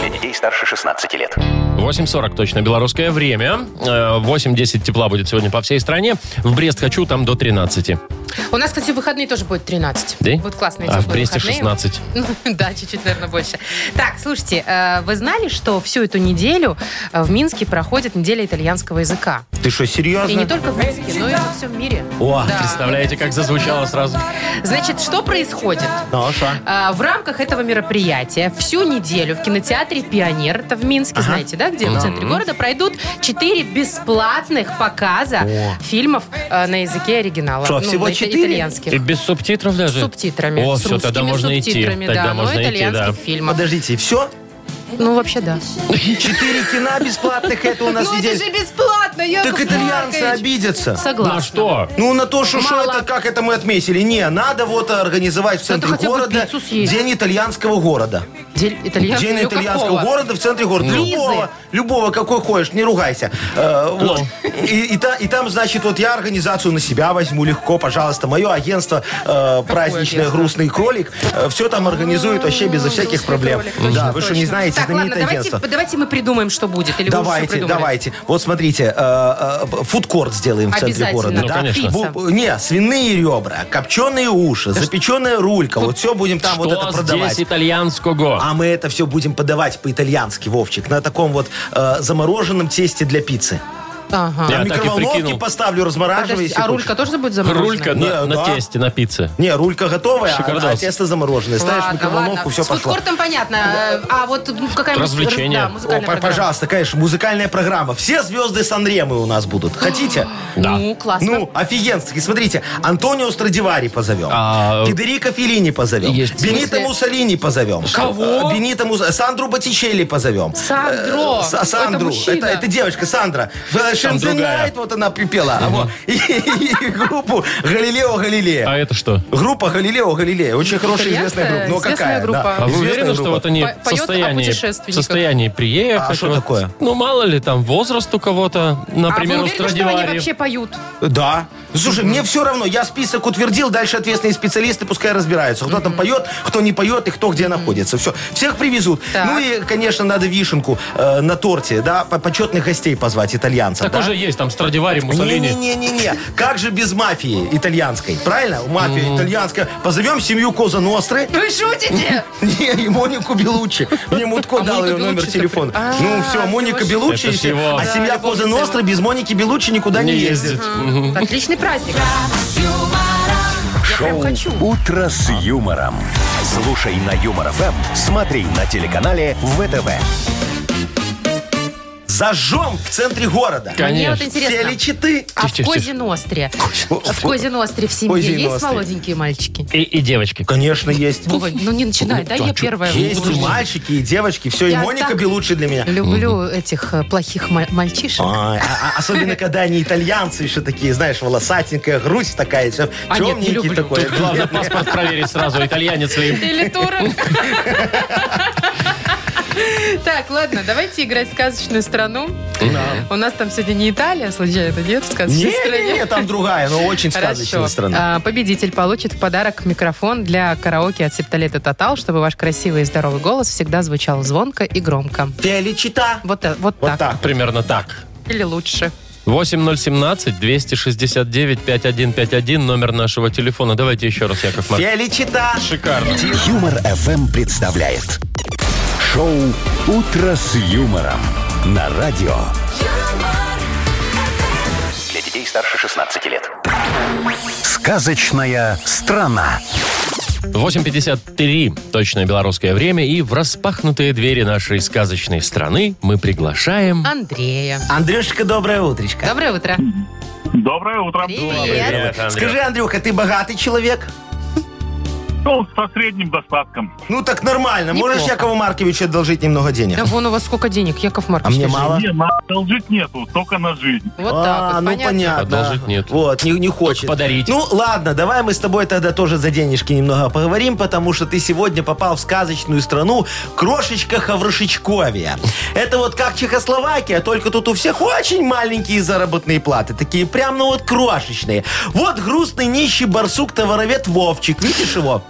[SPEAKER 5] Для детей старше 16 лет.
[SPEAKER 1] 8.40 точно белорусское время. Э, 8.10 тепла будет сегодня по всей стране. В Брест хочу, там до 13.
[SPEAKER 3] У нас, кстати, выходные тоже будет 13.
[SPEAKER 1] Да?
[SPEAKER 3] Будут классные
[SPEAKER 1] А в
[SPEAKER 3] теплые
[SPEAKER 1] Бресте
[SPEAKER 3] выходные.
[SPEAKER 1] 16.
[SPEAKER 3] Ну, Да, чуть-чуть, наверное, больше. Так, слушайте, э, вы знали, что всю эту неделю э, в Минске проходит неделя итальянского языка?
[SPEAKER 2] Ты что,
[SPEAKER 3] И не
[SPEAKER 2] серьезно?
[SPEAKER 3] только в Минске, но и во всем мире.
[SPEAKER 2] О,
[SPEAKER 3] А,
[SPEAKER 1] Представляете, как зазвучало сразу?
[SPEAKER 3] Значит, что происходит?
[SPEAKER 2] ну, а шо?
[SPEAKER 3] А, В рамках этого мероприятия всю неделю в кинотеатре «Пионер», это в Минске, знаете, да, где в центре города, пройдут 4 бесплатных показа фильмов э, на языке оригинала.
[SPEAKER 2] Что, всего
[SPEAKER 3] на ита-
[SPEAKER 2] четыре?
[SPEAKER 3] итальянских.
[SPEAKER 1] И без субтитров
[SPEAKER 3] С
[SPEAKER 1] даже?
[SPEAKER 3] субтитрами.
[SPEAKER 1] О,
[SPEAKER 3] с
[SPEAKER 1] все, тогда
[SPEAKER 3] русскими
[SPEAKER 1] можно идти.
[SPEAKER 3] субтитрами,
[SPEAKER 1] Тогда
[SPEAKER 3] да, Ну, но
[SPEAKER 1] можно идти, да.
[SPEAKER 3] итальянских фильмов.
[SPEAKER 2] Подождите, все?
[SPEAKER 3] Ну, вообще, да.
[SPEAKER 2] Четыре кина бесплатных, это у нас
[SPEAKER 3] Ну, это
[SPEAKER 2] неделя.
[SPEAKER 3] же бесплатно, Яков
[SPEAKER 2] Так итальянцы
[SPEAKER 3] Маркович.
[SPEAKER 2] обидятся.
[SPEAKER 3] Согласна.
[SPEAKER 1] Ну а что?
[SPEAKER 2] Ну, на то, что, что
[SPEAKER 3] Мало.
[SPEAKER 2] это, как это мы отметили. Не, надо вот организовать в центре
[SPEAKER 3] хотя бы
[SPEAKER 2] города
[SPEAKER 3] пиццу съесть.
[SPEAKER 2] День итальянского города.
[SPEAKER 3] День итальянского,
[SPEAKER 2] День
[SPEAKER 3] ну,
[SPEAKER 2] итальянского
[SPEAKER 3] какого?
[SPEAKER 2] города в центре города.
[SPEAKER 3] Лизы. Ну.
[SPEAKER 2] Любого, любого, какой хочешь, не ругайся. Э, вот. и, и та- и там, значит, вот я организацию на себя возьму легко, пожалуйста. Мое агентство э, праздничное
[SPEAKER 3] агентство?
[SPEAKER 2] «Грустный кролик» все там организует вообще безо всяких
[SPEAKER 3] Грустный
[SPEAKER 2] проблем.
[SPEAKER 3] кролик, точно,
[SPEAKER 2] Да, вы что, не
[SPEAKER 3] точно.
[SPEAKER 2] знаете,
[SPEAKER 3] Так, ладно,
[SPEAKER 2] знаменитое
[SPEAKER 3] давайте,
[SPEAKER 2] агентство.
[SPEAKER 3] давайте мы придумаем, что будет. Или вы уже всё
[SPEAKER 2] Давайте,
[SPEAKER 3] придумали?
[SPEAKER 2] давайте. Вот смотрите, э, э, фудкорт сделаем в центре
[SPEAKER 3] Обязательно.
[SPEAKER 2] города.
[SPEAKER 1] Ну,
[SPEAKER 2] да?
[SPEAKER 1] конечно.
[SPEAKER 3] Пицца.
[SPEAKER 2] Бу- Не, свиные ребра, копченые уши, запеченная рулька. Вот все будем там вот это
[SPEAKER 1] Что здесь
[SPEAKER 2] продавать.
[SPEAKER 1] итальянского?
[SPEAKER 2] А мы это все будем подавать по-итальянски, Вовчик, на таком вот э, замороженном тесте для пиццы.
[SPEAKER 3] Ага.
[SPEAKER 1] Я
[SPEAKER 2] Я
[SPEAKER 1] А так и
[SPEAKER 2] микроволновки
[SPEAKER 1] прикинул.
[SPEAKER 2] поставлю, размораживай.
[SPEAKER 3] Подожди,
[SPEAKER 2] если
[SPEAKER 3] а
[SPEAKER 2] хочешь.
[SPEAKER 3] рулька тоже будет заморожена?
[SPEAKER 1] Рулька на,
[SPEAKER 2] Не,
[SPEAKER 1] на
[SPEAKER 2] да.
[SPEAKER 1] тесте, на пицце.
[SPEAKER 2] Не, рулька готовая, а,
[SPEAKER 1] Шикардос.
[SPEAKER 2] а тесто замороженное. Ставишь в
[SPEAKER 3] Ладно,
[SPEAKER 2] микроволновку,
[SPEAKER 3] ладно.
[SPEAKER 2] все
[SPEAKER 3] С
[SPEAKER 2] пошло.
[SPEAKER 3] фудкортом понятно. э, А вот ну, какая-нибудь...
[SPEAKER 1] Развлечение.
[SPEAKER 3] Да,
[SPEAKER 2] О, п-
[SPEAKER 3] музыкальная программа.
[SPEAKER 2] пожалуйста, конечно, музыкальная программа. Все звезды Санремы у нас будут. Хотите?
[SPEAKER 3] Ну, классно.
[SPEAKER 2] Ну, офигенски. Смотрите, Антонио Страдивари позовем.
[SPEAKER 1] А,
[SPEAKER 2] Федерико Феллини позовем.
[SPEAKER 1] Есть.
[SPEAKER 3] В смысле?
[SPEAKER 2] Бенито Муссолини позовем.
[SPEAKER 1] Кого?
[SPEAKER 2] Э, Бенито Мус- Сандру Боттичелли позовем. Э,
[SPEAKER 3] Сандро.
[SPEAKER 2] Са- Сандру.
[SPEAKER 3] Это
[SPEAKER 2] Это,
[SPEAKER 3] мужчина.
[SPEAKER 2] это девочка Сандра. В
[SPEAKER 1] другая.
[SPEAKER 2] Шензенайт вот она припела. А вот. И, и группу Галилео Галилея.
[SPEAKER 1] А это что?
[SPEAKER 2] Группа Галилео Галилея. Очень хорошая
[SPEAKER 3] Интересная,
[SPEAKER 2] известная группа. Ну, а
[SPEAKER 3] известная
[SPEAKER 2] какая?
[SPEAKER 3] группа.
[SPEAKER 2] Да.
[SPEAKER 1] А вы
[SPEAKER 2] Известная
[SPEAKER 1] уверены, что
[SPEAKER 2] группа.
[SPEAKER 1] вот они
[SPEAKER 3] По-
[SPEAKER 1] в
[SPEAKER 3] поет о
[SPEAKER 1] состоянии, в
[SPEAKER 3] путешественниках.
[SPEAKER 1] состоянии приехать?
[SPEAKER 2] А что
[SPEAKER 1] вот,
[SPEAKER 2] такое?
[SPEAKER 1] Ну, мало ли, там, возраст у кого-то, например,
[SPEAKER 3] а
[SPEAKER 1] у
[SPEAKER 3] вы уверены, что они
[SPEAKER 1] Страдивари.
[SPEAKER 3] вообще поют?
[SPEAKER 2] Да. Слушай, мне все равно. Я список утвердил, дальше ответственные специалисты пускай разбираются. Кто там поет, кто не поет и кто где находится. Все. Всех привезут.
[SPEAKER 3] Так.
[SPEAKER 2] Ну и, конечно, надо вишенку э, на торте, да, по- почетных гостей позвать, итальянцев.
[SPEAKER 1] Так
[SPEAKER 2] да?
[SPEAKER 1] уже есть, там, Страдивари, Муссолини.
[SPEAKER 2] Не-не-не-не. Как же без мафии итальянской, правильно? Мафия итальянская. Позовем семью Коза Ностры.
[SPEAKER 3] Вы шутите?
[SPEAKER 2] Не, и Монику Белучи. Мне Мутко
[SPEAKER 3] А
[SPEAKER 2] дал
[SPEAKER 3] Моника
[SPEAKER 2] ее номер
[SPEAKER 3] Беллуччи-то
[SPEAKER 2] телефона.
[SPEAKER 3] при- А,
[SPEAKER 2] Ну все, Моника
[SPEAKER 3] это
[SPEAKER 2] Белучи.
[SPEAKER 1] ж
[SPEAKER 2] и все.
[SPEAKER 1] его.
[SPEAKER 2] А
[SPEAKER 1] Да,
[SPEAKER 2] семья Коза
[SPEAKER 3] любовница его.
[SPEAKER 2] Ностры без Моники Белучи никуда не
[SPEAKER 1] Не
[SPEAKER 2] ездит.
[SPEAKER 1] ездит.
[SPEAKER 3] Отличный праздник.
[SPEAKER 4] Шоу
[SPEAKER 3] хочу.
[SPEAKER 4] «Утро с юмором». Слушай на Юмор ФМ, смотри на телеканале ВТВ.
[SPEAKER 2] Зажжем в центре города.
[SPEAKER 3] Мне вот
[SPEAKER 1] Конечно.
[SPEAKER 2] Все
[SPEAKER 3] интересно.
[SPEAKER 2] ли читы?
[SPEAKER 3] А
[SPEAKER 1] Тише,
[SPEAKER 3] в
[SPEAKER 1] тише,
[SPEAKER 3] Козин остре? В Козин остре в семье
[SPEAKER 2] Козин
[SPEAKER 3] есть
[SPEAKER 2] Остре.
[SPEAKER 3] молоденькие мальчики?
[SPEAKER 1] И, и девочки.
[SPEAKER 2] Конечно, есть.
[SPEAKER 3] Вова, ну не начинай,
[SPEAKER 2] а
[SPEAKER 3] да, я первая.
[SPEAKER 2] Есть
[SPEAKER 3] буду.
[SPEAKER 2] и мальчики, и девочки. Все, и
[SPEAKER 3] Я
[SPEAKER 2] Моника
[SPEAKER 3] так-
[SPEAKER 2] Белучи для меня.
[SPEAKER 3] Люблю этих э, плохих ма- мальчишек.
[SPEAKER 2] Ай, а- а- особенно, когда они итальянцы еще такие, знаешь, волосатенькая, грудь такая, все
[SPEAKER 3] А нет, не
[SPEAKER 2] темненький
[SPEAKER 3] люблю.
[SPEAKER 2] такой.
[SPEAKER 3] Тут
[SPEAKER 1] Главное паспорт проверить сразу, итальянец ли.
[SPEAKER 3] Или турок. Так, ладно, давайте играть в сказочную страну. У нас там сегодня не Италия, а случайно, нет, в сказочной стране.
[SPEAKER 2] Не-не-не, там другая, но очень сказочная
[SPEAKER 3] Хорошо.
[SPEAKER 2] страна.
[SPEAKER 3] А, победитель получит в подарок микрофон для караоке от Септолета Тотал, чтобы ваш красивый и здоровый голос всегда звучал звонко и громко.
[SPEAKER 2] Феличита.
[SPEAKER 3] Вот, та- вот,
[SPEAKER 2] Вот
[SPEAKER 3] А. так.
[SPEAKER 2] так.
[SPEAKER 1] Примерно так.
[SPEAKER 3] Или лучше.
[SPEAKER 1] 8017-269-5151, номер нашего телефона. Давайте еще раз, Яков Марк.
[SPEAKER 2] Феличита.
[SPEAKER 1] Шикарно.
[SPEAKER 4] Юмор ФМ представляет. Шоу «Утро с юмором» на радио.
[SPEAKER 5] Для детей старше 16 лет.
[SPEAKER 4] Сказочная страна.
[SPEAKER 1] 8.53, точное белорусское время, и в распахнутые двери нашей сказочной страны мы приглашаем...
[SPEAKER 3] А, Андрея.
[SPEAKER 2] Андрюшечка, доброе утречко.
[SPEAKER 3] Доброе утро.
[SPEAKER 8] Доброе утро.
[SPEAKER 3] Привет.
[SPEAKER 2] Скажи, Андрюха, ты богатый человек?
[SPEAKER 8] Ну, со средним достатком.
[SPEAKER 2] Ну так нормально.
[SPEAKER 3] Неплохо.
[SPEAKER 2] Можешь Якову Марковичу одолжить немного денег?
[SPEAKER 3] Да вон у вас сколько денег, Яков
[SPEAKER 2] А
[SPEAKER 3] Маркович.
[SPEAKER 2] мне
[SPEAKER 3] лежит.
[SPEAKER 2] мало?
[SPEAKER 8] Не, на одолжить нету, только на жизнь.
[SPEAKER 3] Вот
[SPEAKER 2] а,
[SPEAKER 3] так вот,
[SPEAKER 2] ну
[SPEAKER 3] понятно.
[SPEAKER 2] понятно.
[SPEAKER 1] Одолжить нет.
[SPEAKER 2] Вот, не, не хочет.
[SPEAKER 1] подарить.
[SPEAKER 2] Ну ладно, давай мы с тобой тогда тоже за денежки немного поговорим, потому что ты сегодня попал в сказочную страну крошечка Хаврышечковия. Это вот как Чехословакия, только тут у всех очень маленькие заработные платы, такие прям, ну вот крошечные. Вот грустный нищий барсук-товаровед Вовчик, видишь его?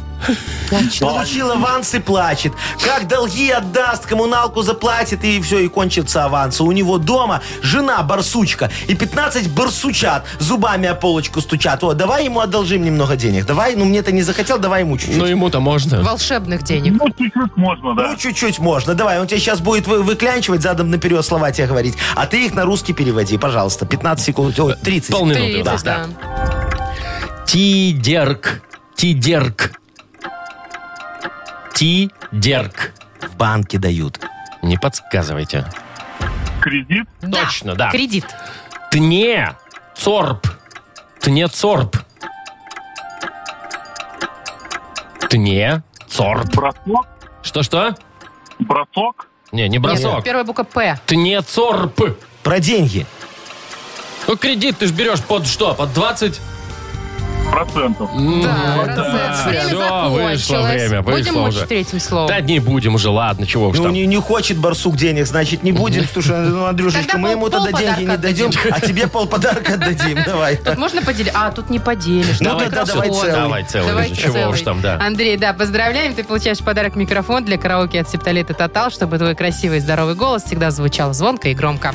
[SPEAKER 2] Получил аванс и плачет. Как долги отдаст, коммуналку заплатит, и все, и кончится аванс. А У него дома жена барсучка, и 15 барсучат зубами о полочку стучат. О, давай ему одолжим немного денег. Давай, ну мне-то не захотел, давай ему чуть-чуть.
[SPEAKER 1] Ну, ему-то можно.
[SPEAKER 3] Волшебных денег.
[SPEAKER 8] Ну, чуть-чуть можно, да.
[SPEAKER 2] Ну, чуть-чуть можно. Давай, он тебе сейчас будет вы- выклянчивать, задом наперед слова тебе говорить. А ты их на русский переводи, пожалуйста. 15 секунд, о, 30.
[SPEAKER 1] Полминуты. у нас,
[SPEAKER 3] 30, да.
[SPEAKER 1] Тидерк. Тидерк. Тидерк.
[SPEAKER 2] В банке дают.
[SPEAKER 1] Не подсказывайте.
[SPEAKER 8] Кредит.
[SPEAKER 3] Да.
[SPEAKER 1] Точно, да.
[SPEAKER 3] Кредит.
[SPEAKER 1] Тне. Цорп. Тне цорп. Тне цорп.
[SPEAKER 8] Бросок.
[SPEAKER 1] Что-что?
[SPEAKER 8] Бросок.
[SPEAKER 1] Не, не
[SPEAKER 3] Нет,
[SPEAKER 1] бросок.
[SPEAKER 3] первая буква П.
[SPEAKER 1] Тне цорп.
[SPEAKER 2] Про деньги.
[SPEAKER 1] Ну, кредит ты же берешь под что? Под 20?
[SPEAKER 8] Процентов.
[SPEAKER 3] Да,
[SPEAKER 1] вот
[SPEAKER 3] процесс.
[SPEAKER 1] так.
[SPEAKER 3] Время
[SPEAKER 1] Всё,
[SPEAKER 3] закончилось.
[SPEAKER 1] вышло время,
[SPEAKER 3] Будем
[SPEAKER 1] вышло
[SPEAKER 3] мучить
[SPEAKER 1] уже.
[SPEAKER 3] третьим словом.
[SPEAKER 1] Да не будем уже, ладно, чего уж
[SPEAKER 2] Ну,
[SPEAKER 1] там.
[SPEAKER 2] не, не хочет барсук денег, значит, не будем. Слушай, ну, Андрюшечка,
[SPEAKER 3] Тогда
[SPEAKER 2] мы
[SPEAKER 3] пол-
[SPEAKER 2] ему тогда
[SPEAKER 3] полподарка
[SPEAKER 2] деньги не дадим, а тебе полподарка отдадим. Давай.
[SPEAKER 3] Тут можно поделить? А, тут не поделишь.
[SPEAKER 2] Ну,
[SPEAKER 3] Давай
[SPEAKER 2] тогда
[SPEAKER 3] хорошо.
[SPEAKER 2] давай целый.
[SPEAKER 1] Давай целый.
[SPEAKER 3] Давайте
[SPEAKER 1] же, чего
[SPEAKER 3] целый. А-
[SPEAKER 1] уж там, да.
[SPEAKER 3] Андрей, да, поздравляем. Ты получаешь в подарок микрофон для караоке от Септолета Тотал, чтобы твой красивый и здоровый голос всегда звучал звонко и громко.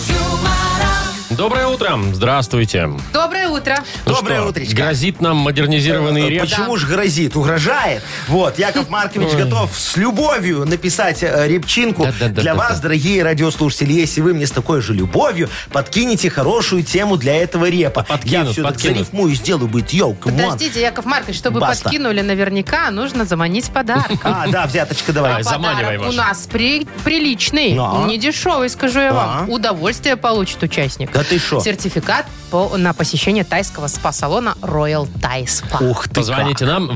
[SPEAKER 1] Доброе утро. Здравствуйте.
[SPEAKER 3] Доброе утро.
[SPEAKER 1] Ну
[SPEAKER 2] Доброе
[SPEAKER 1] что,
[SPEAKER 2] утречко.
[SPEAKER 1] Грозит нам модернизированный реп.
[SPEAKER 2] Э, Почему ж грозит? Угрожает. Вот, Яков Маркович готов с любовью написать э, репчинку
[SPEAKER 1] Да-да-да-да-да.
[SPEAKER 2] для вас, дорогие радиослушатели. Если вы мне с такой же любовью подкинете хорошую тему для этого репа.
[SPEAKER 1] подкинут,
[SPEAKER 2] Я все так
[SPEAKER 1] подкинут.
[SPEAKER 2] зарифмую, сделаю, будет йоу, камон.
[SPEAKER 3] Подождите, Яков Маркович, чтобы
[SPEAKER 2] Баста.
[SPEAKER 3] подкинули наверняка, нужно заманить подарком.
[SPEAKER 2] А, да, взяточка, давай.
[SPEAKER 1] Давай, заманивай
[SPEAKER 3] Подарок у
[SPEAKER 1] ваш.
[SPEAKER 3] нас при- приличный,
[SPEAKER 2] Да.
[SPEAKER 3] не дешевый, скажу я вам.
[SPEAKER 2] Да.
[SPEAKER 3] Удовольствие получит участник.
[SPEAKER 2] Да ты шо?
[SPEAKER 3] Сертификат по- на посещение тайского спа-салона Royal Thai Spa.
[SPEAKER 2] Ух ты
[SPEAKER 1] Позвоните нам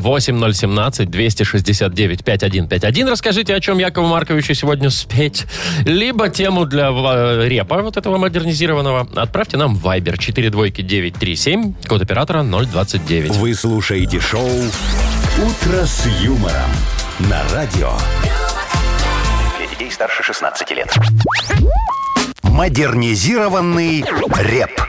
[SPEAKER 1] 8017-269-5151. Расскажите, о чем Якову Марковичу сегодня спеть. Либо тему для э, репа вот этого модернизированного. Отправьте нам в Viber 42937, код оператора 029.
[SPEAKER 4] Вы слушаете шоу «Утро с юмором» на радио.
[SPEAKER 5] Для детей старше 16 лет.
[SPEAKER 4] Модернизированный реп.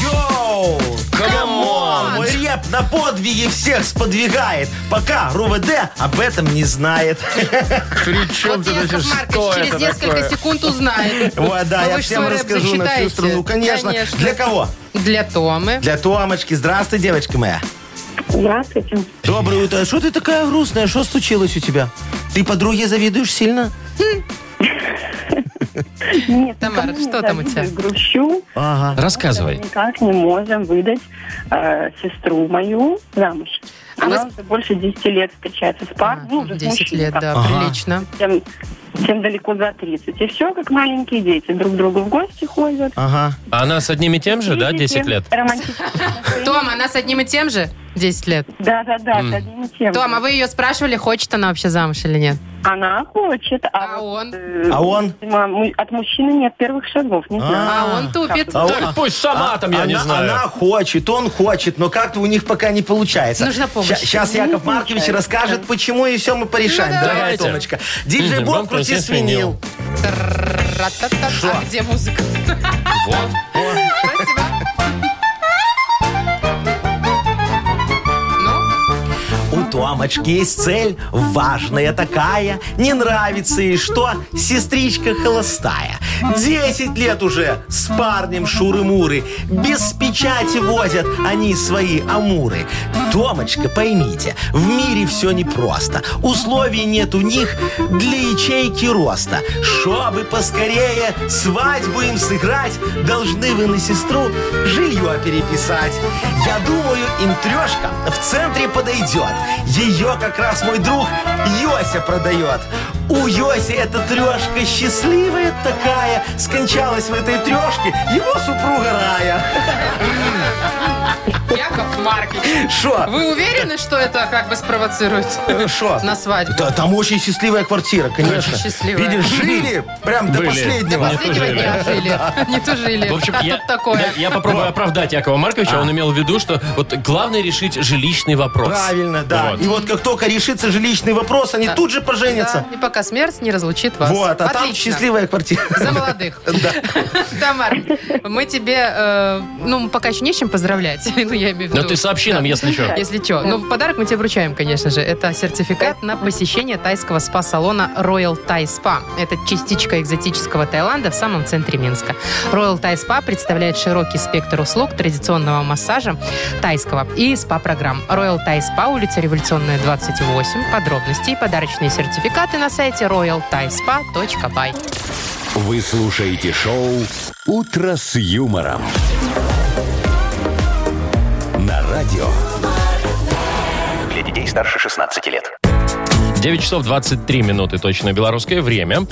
[SPEAKER 2] Йоу! Камон! Мой реп на подвиги всех сподвигает, пока РУВД об этом не знает.
[SPEAKER 3] Вот Яков Маркович через несколько секунд узнает.
[SPEAKER 2] Вот, да,
[SPEAKER 3] Ну,
[SPEAKER 2] я
[SPEAKER 3] вы ж
[SPEAKER 2] всем
[SPEAKER 3] свой рэп
[SPEAKER 2] расскажу на всю
[SPEAKER 3] зачитаете.
[SPEAKER 2] страну. Конечно. Для кого?
[SPEAKER 3] Для Томы.
[SPEAKER 2] Для Томочки. Здравствуй, девочка моя.
[SPEAKER 7] Здравствуйте.
[SPEAKER 2] Доброе утро. Что ты такая грустная? Что случилось у тебя? Ты подруге завидуешь сильно?
[SPEAKER 7] Нет,
[SPEAKER 3] Тамара,
[SPEAKER 7] никому не
[SPEAKER 3] что там у тебя?
[SPEAKER 7] завидую, Грущу.
[SPEAKER 2] Ага.
[SPEAKER 1] Рассказывай.
[SPEAKER 7] Никак не можем выдать э, сестру мою замуж.
[SPEAKER 3] А
[SPEAKER 7] Она
[SPEAKER 3] вы
[SPEAKER 7] уже больше 10 лет встречается с парнем. ну, уже с
[SPEAKER 3] 10 лет,
[SPEAKER 7] мужчиной,
[SPEAKER 3] да,
[SPEAKER 2] Ага.
[SPEAKER 3] прилично.
[SPEAKER 7] Тем, тем далеко за 30. И все, как маленькие дети. Друг к другу в гости ходят.
[SPEAKER 2] Ага.
[SPEAKER 1] А Она с одним и тем же, да,
[SPEAKER 7] Видите,
[SPEAKER 1] 10 лет?
[SPEAKER 7] романтическое настроение.
[SPEAKER 3] Том, она с одним и тем же 10 лет?
[SPEAKER 7] Да, да, да, с одним и тем.
[SPEAKER 3] Том, а вы ее спрашивали, хочет она вообще замуж или нет?
[SPEAKER 7] Она хочет, а,
[SPEAKER 3] А
[SPEAKER 7] вот,
[SPEAKER 3] он?
[SPEAKER 7] э,
[SPEAKER 2] А он?
[SPEAKER 7] видимо, мы- От мужчины нет первых шагов, не знаю.
[SPEAKER 3] А он тупит.
[SPEAKER 2] А
[SPEAKER 1] Так пусть сама там, я
[SPEAKER 2] она,
[SPEAKER 1] не знаю.
[SPEAKER 2] она хочет, он хочет, но как-то у них пока не получается.
[SPEAKER 3] Нужна помощь.
[SPEAKER 2] Сейчас Яков Маркович расскажет, почему, и все мы порешаем,
[SPEAKER 3] Ну,
[SPEAKER 2] дорогая
[SPEAKER 1] давайте.
[SPEAKER 2] Томочка. Диджей
[SPEAKER 1] Мгм,
[SPEAKER 2] Боб,
[SPEAKER 1] Боб,
[SPEAKER 2] крути
[SPEAKER 1] крути
[SPEAKER 2] свинил.
[SPEAKER 3] Тра-та-та-та.
[SPEAKER 2] Шо?
[SPEAKER 3] А где музыка?
[SPEAKER 1] Вот.
[SPEAKER 3] Спасибо. Ну,
[SPEAKER 2] У Томочки есть цель, важная такая. Не нравится и что? Сестричка холостая. Десять лет уже с парнем шуры-муры. Без печати возят они свои амуры. Томочка, поймите, в мире все непросто. Условий нет у них для ячейки роста. Чтобы поскорее свадьбу им сыграть, должны вы на сестру жилье переписать. Я думаю, им трешка в центре подойдет. Ее как раз мой друг Йося продает. У Йоси эта трешка счастливая такая. Скончалась в этой трешке его супруга Рая.
[SPEAKER 3] Яков Маркович,
[SPEAKER 2] Шо?
[SPEAKER 3] вы уверены, что это как бы спровоцирует
[SPEAKER 2] Шо?
[SPEAKER 3] на свадьбу?
[SPEAKER 2] Да, там очень счастливая квартира, конечно.
[SPEAKER 3] Очень счастливая.
[SPEAKER 2] Видишь, жили прям до
[SPEAKER 1] Были.
[SPEAKER 3] До
[SPEAKER 2] последнего.
[SPEAKER 3] последнего
[SPEAKER 1] тужили.
[SPEAKER 3] дня жили. Не тужили.
[SPEAKER 1] В общем,
[SPEAKER 3] а
[SPEAKER 1] я,
[SPEAKER 3] тут такое.
[SPEAKER 1] я- я
[SPEAKER 2] Ну.
[SPEAKER 1] попробую оправдать Якова Марковича.
[SPEAKER 2] А.
[SPEAKER 1] Он имел в виду, что вот главное решить жилищный вопрос.
[SPEAKER 2] Правильно, да.
[SPEAKER 1] Вот.
[SPEAKER 2] И вот как только решится жилищный вопрос, они тут же поженятся.
[SPEAKER 3] Да, и пока смерть не разлучит вас.
[SPEAKER 2] Вот, а там
[SPEAKER 3] Отлично.
[SPEAKER 2] счастливая квартира.
[SPEAKER 3] За молодых. Тамар, мы тебе, э, ну, мы пока еще не с чем поздравлять. Ну, я имею в
[SPEAKER 1] Но
[SPEAKER 3] виду.
[SPEAKER 1] ты сообщи нам, если что.
[SPEAKER 3] Если что. Ну, в подарок мы тебе вручаем, конечно же. Это сертификат на посещение тайского спа-салона Royal Thai Spa. Это частичка экзотического Таиланда в самом центре Минска. Royal Thai Spa представляет широкий спектр услуг традиционного массажа тайского и спа-программ. Royal Thai Spa, улица Революционная, 28. Подробности и подарочные сертификаты на сайте royalthaispa.by.
[SPEAKER 4] Вы слушаете шоу «Утро с юмором». На радио.
[SPEAKER 5] Для детей старше 16 лет.
[SPEAKER 1] 9 часов 23 минуты точно белорусское время.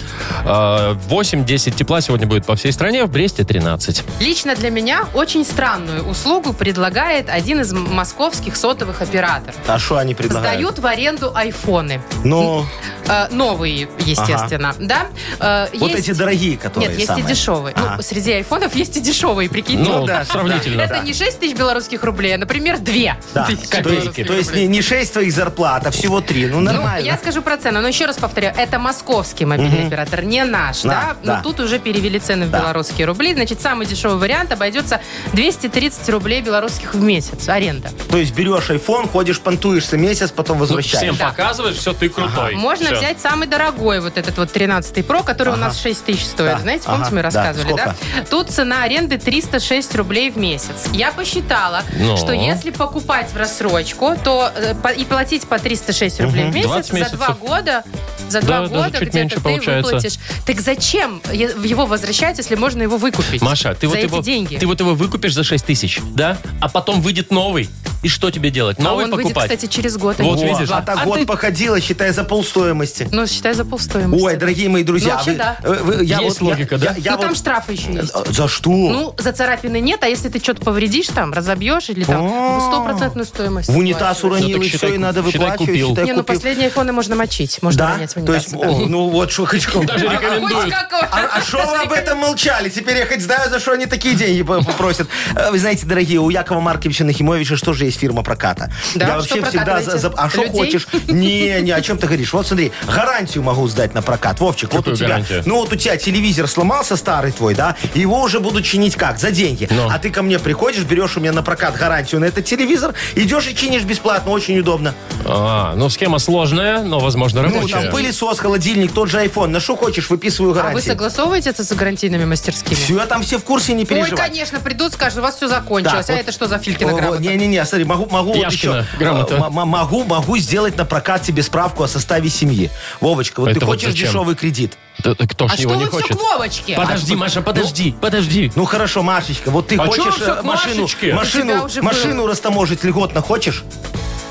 [SPEAKER 1] Э, 8-10 тепла сегодня будет по всей стране, в Бресте Ну, 13.
[SPEAKER 3] Лично для меня очень странную услугу предлагает один из м- московских сотовых операторов.
[SPEAKER 2] А что они предлагают?
[SPEAKER 3] Сдают в аренду айфоны.
[SPEAKER 2] Ну,
[SPEAKER 3] Э, новые, естественно, да? Э,
[SPEAKER 2] вот
[SPEAKER 3] есть-
[SPEAKER 2] эти дорогие, которые
[SPEAKER 3] Нет, есть
[SPEAKER 2] самые.
[SPEAKER 3] и дешевые.
[SPEAKER 2] Ага.
[SPEAKER 3] Ну, среди айфонов есть и дешевые, прикиньте.
[SPEAKER 1] Ну,
[SPEAKER 2] да,
[SPEAKER 1] сравнительно.
[SPEAKER 3] Это не 6 тысяч белорусских рублей, а, например, 2
[SPEAKER 2] Да.
[SPEAKER 3] тысячи
[SPEAKER 2] То есть,
[SPEAKER 3] белорусских
[SPEAKER 2] то есть
[SPEAKER 3] рублей.
[SPEAKER 2] не, не шесть твоих зарплат, а всего три. Ну,
[SPEAKER 3] Ну,
[SPEAKER 2] нормально.
[SPEAKER 3] я скажу про цену, но еще раз повторю, это московский мобильный оператор, не наш, да?
[SPEAKER 2] Да, да.
[SPEAKER 3] Но тут уже перевели цены в
[SPEAKER 2] Да.
[SPEAKER 3] белорусские рубли. Значит, самый дешевый вариант обойдется 230 рублей белорусских в месяц аренда.
[SPEAKER 2] То есть берешь iPhone, ходишь, понтуешься месяц, потом
[SPEAKER 1] Ну,
[SPEAKER 2] возвращаешь.
[SPEAKER 1] всем показываешь, все, ты крутой.
[SPEAKER 3] Можно
[SPEAKER 1] Всё.
[SPEAKER 3] взять самый дорогой, вот этот вот 13 Pro, который у нас 6 тысяч стоит.
[SPEAKER 2] Да,
[SPEAKER 3] Знаете, помните,
[SPEAKER 2] ага, да.
[SPEAKER 3] мы рассказывали, да?
[SPEAKER 2] Сколько?
[SPEAKER 3] Тут цена аренды 306 рублей в месяц. Я посчитала,
[SPEAKER 1] Ну.
[SPEAKER 3] что если покупать в рассрочку, то э, по- и платить по 306 рублей в
[SPEAKER 1] 20
[SPEAKER 3] месяц, за
[SPEAKER 1] месяцев.
[SPEAKER 3] два года, за
[SPEAKER 1] Да,
[SPEAKER 3] два
[SPEAKER 1] даже
[SPEAKER 3] года
[SPEAKER 1] чуть меньше
[SPEAKER 3] где-то ты
[SPEAKER 1] получается.
[SPEAKER 3] выплатишь. Так зачем е- его возвращать, если можно его выкупить?
[SPEAKER 1] Маша, ты
[SPEAKER 3] за
[SPEAKER 1] вот,
[SPEAKER 3] эти
[SPEAKER 1] его,
[SPEAKER 3] деньги.
[SPEAKER 1] ты вот его выкупишь за 6 тысяч, да? А потом выйдет новый. И что тебе делать?
[SPEAKER 3] а
[SPEAKER 1] Новый
[SPEAKER 3] он
[SPEAKER 1] покупать?
[SPEAKER 3] выйдет, кстати, через год. а
[SPEAKER 1] Вот
[SPEAKER 3] не через
[SPEAKER 1] видишь.
[SPEAKER 3] два.
[SPEAKER 2] А так
[SPEAKER 1] А
[SPEAKER 2] год
[SPEAKER 1] ты-
[SPEAKER 2] походила, считай, за полстоимости.
[SPEAKER 3] Ну, считай, за полстоимости.
[SPEAKER 2] Ой, дорогие мои друзья,
[SPEAKER 3] вообще
[SPEAKER 2] вы-
[SPEAKER 3] да.
[SPEAKER 2] э, вы- я
[SPEAKER 1] Есть
[SPEAKER 2] вот- я-
[SPEAKER 1] логика, да?
[SPEAKER 2] я- я
[SPEAKER 3] ну, там
[SPEAKER 2] вот-
[SPEAKER 3] штрафы еще есть.
[SPEAKER 2] Э, За что?
[SPEAKER 3] Ну, за царапины нет, а если ты что-то повредишь, там, разобьешь или там в стопроцентную стоимость.
[SPEAKER 2] А. в унитаз
[SPEAKER 3] уплачиваешь.
[SPEAKER 2] уронил,
[SPEAKER 1] Ну, так
[SPEAKER 2] и все,
[SPEAKER 1] считай,
[SPEAKER 2] и надо
[SPEAKER 1] считай,
[SPEAKER 2] выплачивать.
[SPEAKER 1] купил.
[SPEAKER 2] считай,
[SPEAKER 3] Не, ну
[SPEAKER 2] купил.
[SPEAKER 3] последние айфоны можно мочить. Можно
[SPEAKER 2] Да?
[SPEAKER 3] вонять в
[SPEAKER 2] То
[SPEAKER 3] унитаз.
[SPEAKER 2] есть, о, ну вот, что хочу.
[SPEAKER 1] Даже рекомендуют.
[SPEAKER 2] А что вы об этом молчали? Теперь я хоть знаю, за что они такие деньги по- попросят. Э, Вы знаете, дорогие, у Якова Марковича Нахимовича что же есть фирма проката?
[SPEAKER 3] Да?
[SPEAKER 2] Я
[SPEAKER 3] Что
[SPEAKER 2] вообще всегда... за- за- А что
[SPEAKER 3] прокатываете? Людей?
[SPEAKER 2] хочешь? Не, не, о чем ты говоришь? Вот смотри, гарантию могу сдать на прокат. Вовчик, вот
[SPEAKER 1] Какую
[SPEAKER 2] у тебя...
[SPEAKER 1] гарантию?
[SPEAKER 2] Ну вот у тебя телевизор сломался старый твой, да? И Его уже будут чинить как? За деньги.
[SPEAKER 1] Ну.
[SPEAKER 2] А ты ко мне приходишь, берешь у меня на прокат гарантию на этот телевизор, идешь и чинишь бесплатно, очень удобно.
[SPEAKER 1] А, ну схема сложная, но, возможно,
[SPEAKER 2] Ну, там
[SPEAKER 1] рабочая.
[SPEAKER 2] пылесос, холодильник, тот же iPhone. На что хочешь, выписываю
[SPEAKER 3] А вы
[SPEAKER 2] гарантию.
[SPEAKER 3] согласовываете это с гарантийными мастерскими?
[SPEAKER 2] Все, там все в курсе, не
[SPEAKER 3] Ой,
[SPEAKER 2] переживай.
[SPEAKER 3] конечно, придут, скажут, у вас все закончилось.
[SPEAKER 2] Да,
[SPEAKER 3] а
[SPEAKER 2] вот-
[SPEAKER 3] это что за Филькина грамота?
[SPEAKER 2] Не-не-не, смотри, могу, могу вот
[SPEAKER 1] Яшкина
[SPEAKER 2] еще.
[SPEAKER 1] грамота.
[SPEAKER 2] М- м- Могу, могу сделать на прокат тебе справку о составе семьи. Вовочка, вот
[SPEAKER 1] Это
[SPEAKER 2] ты
[SPEAKER 1] вот
[SPEAKER 2] хочешь
[SPEAKER 1] зачем?
[SPEAKER 2] дешевый кредит?
[SPEAKER 1] Да, да Кто
[SPEAKER 3] А
[SPEAKER 1] ж
[SPEAKER 3] что
[SPEAKER 1] его не
[SPEAKER 3] вы все
[SPEAKER 1] хочет?
[SPEAKER 3] к Вовочке?
[SPEAKER 1] Подожди,
[SPEAKER 3] ну?
[SPEAKER 1] Маша, подожди, подожди.
[SPEAKER 2] Ну хорошо, Машечка, вот ты
[SPEAKER 1] А чё
[SPEAKER 2] хочешь
[SPEAKER 1] всё
[SPEAKER 2] э,
[SPEAKER 1] к
[SPEAKER 2] машину,
[SPEAKER 1] Машечке?
[SPEAKER 3] У тебя
[SPEAKER 2] машину,
[SPEAKER 3] уже
[SPEAKER 2] машину растаможить льготно хочешь?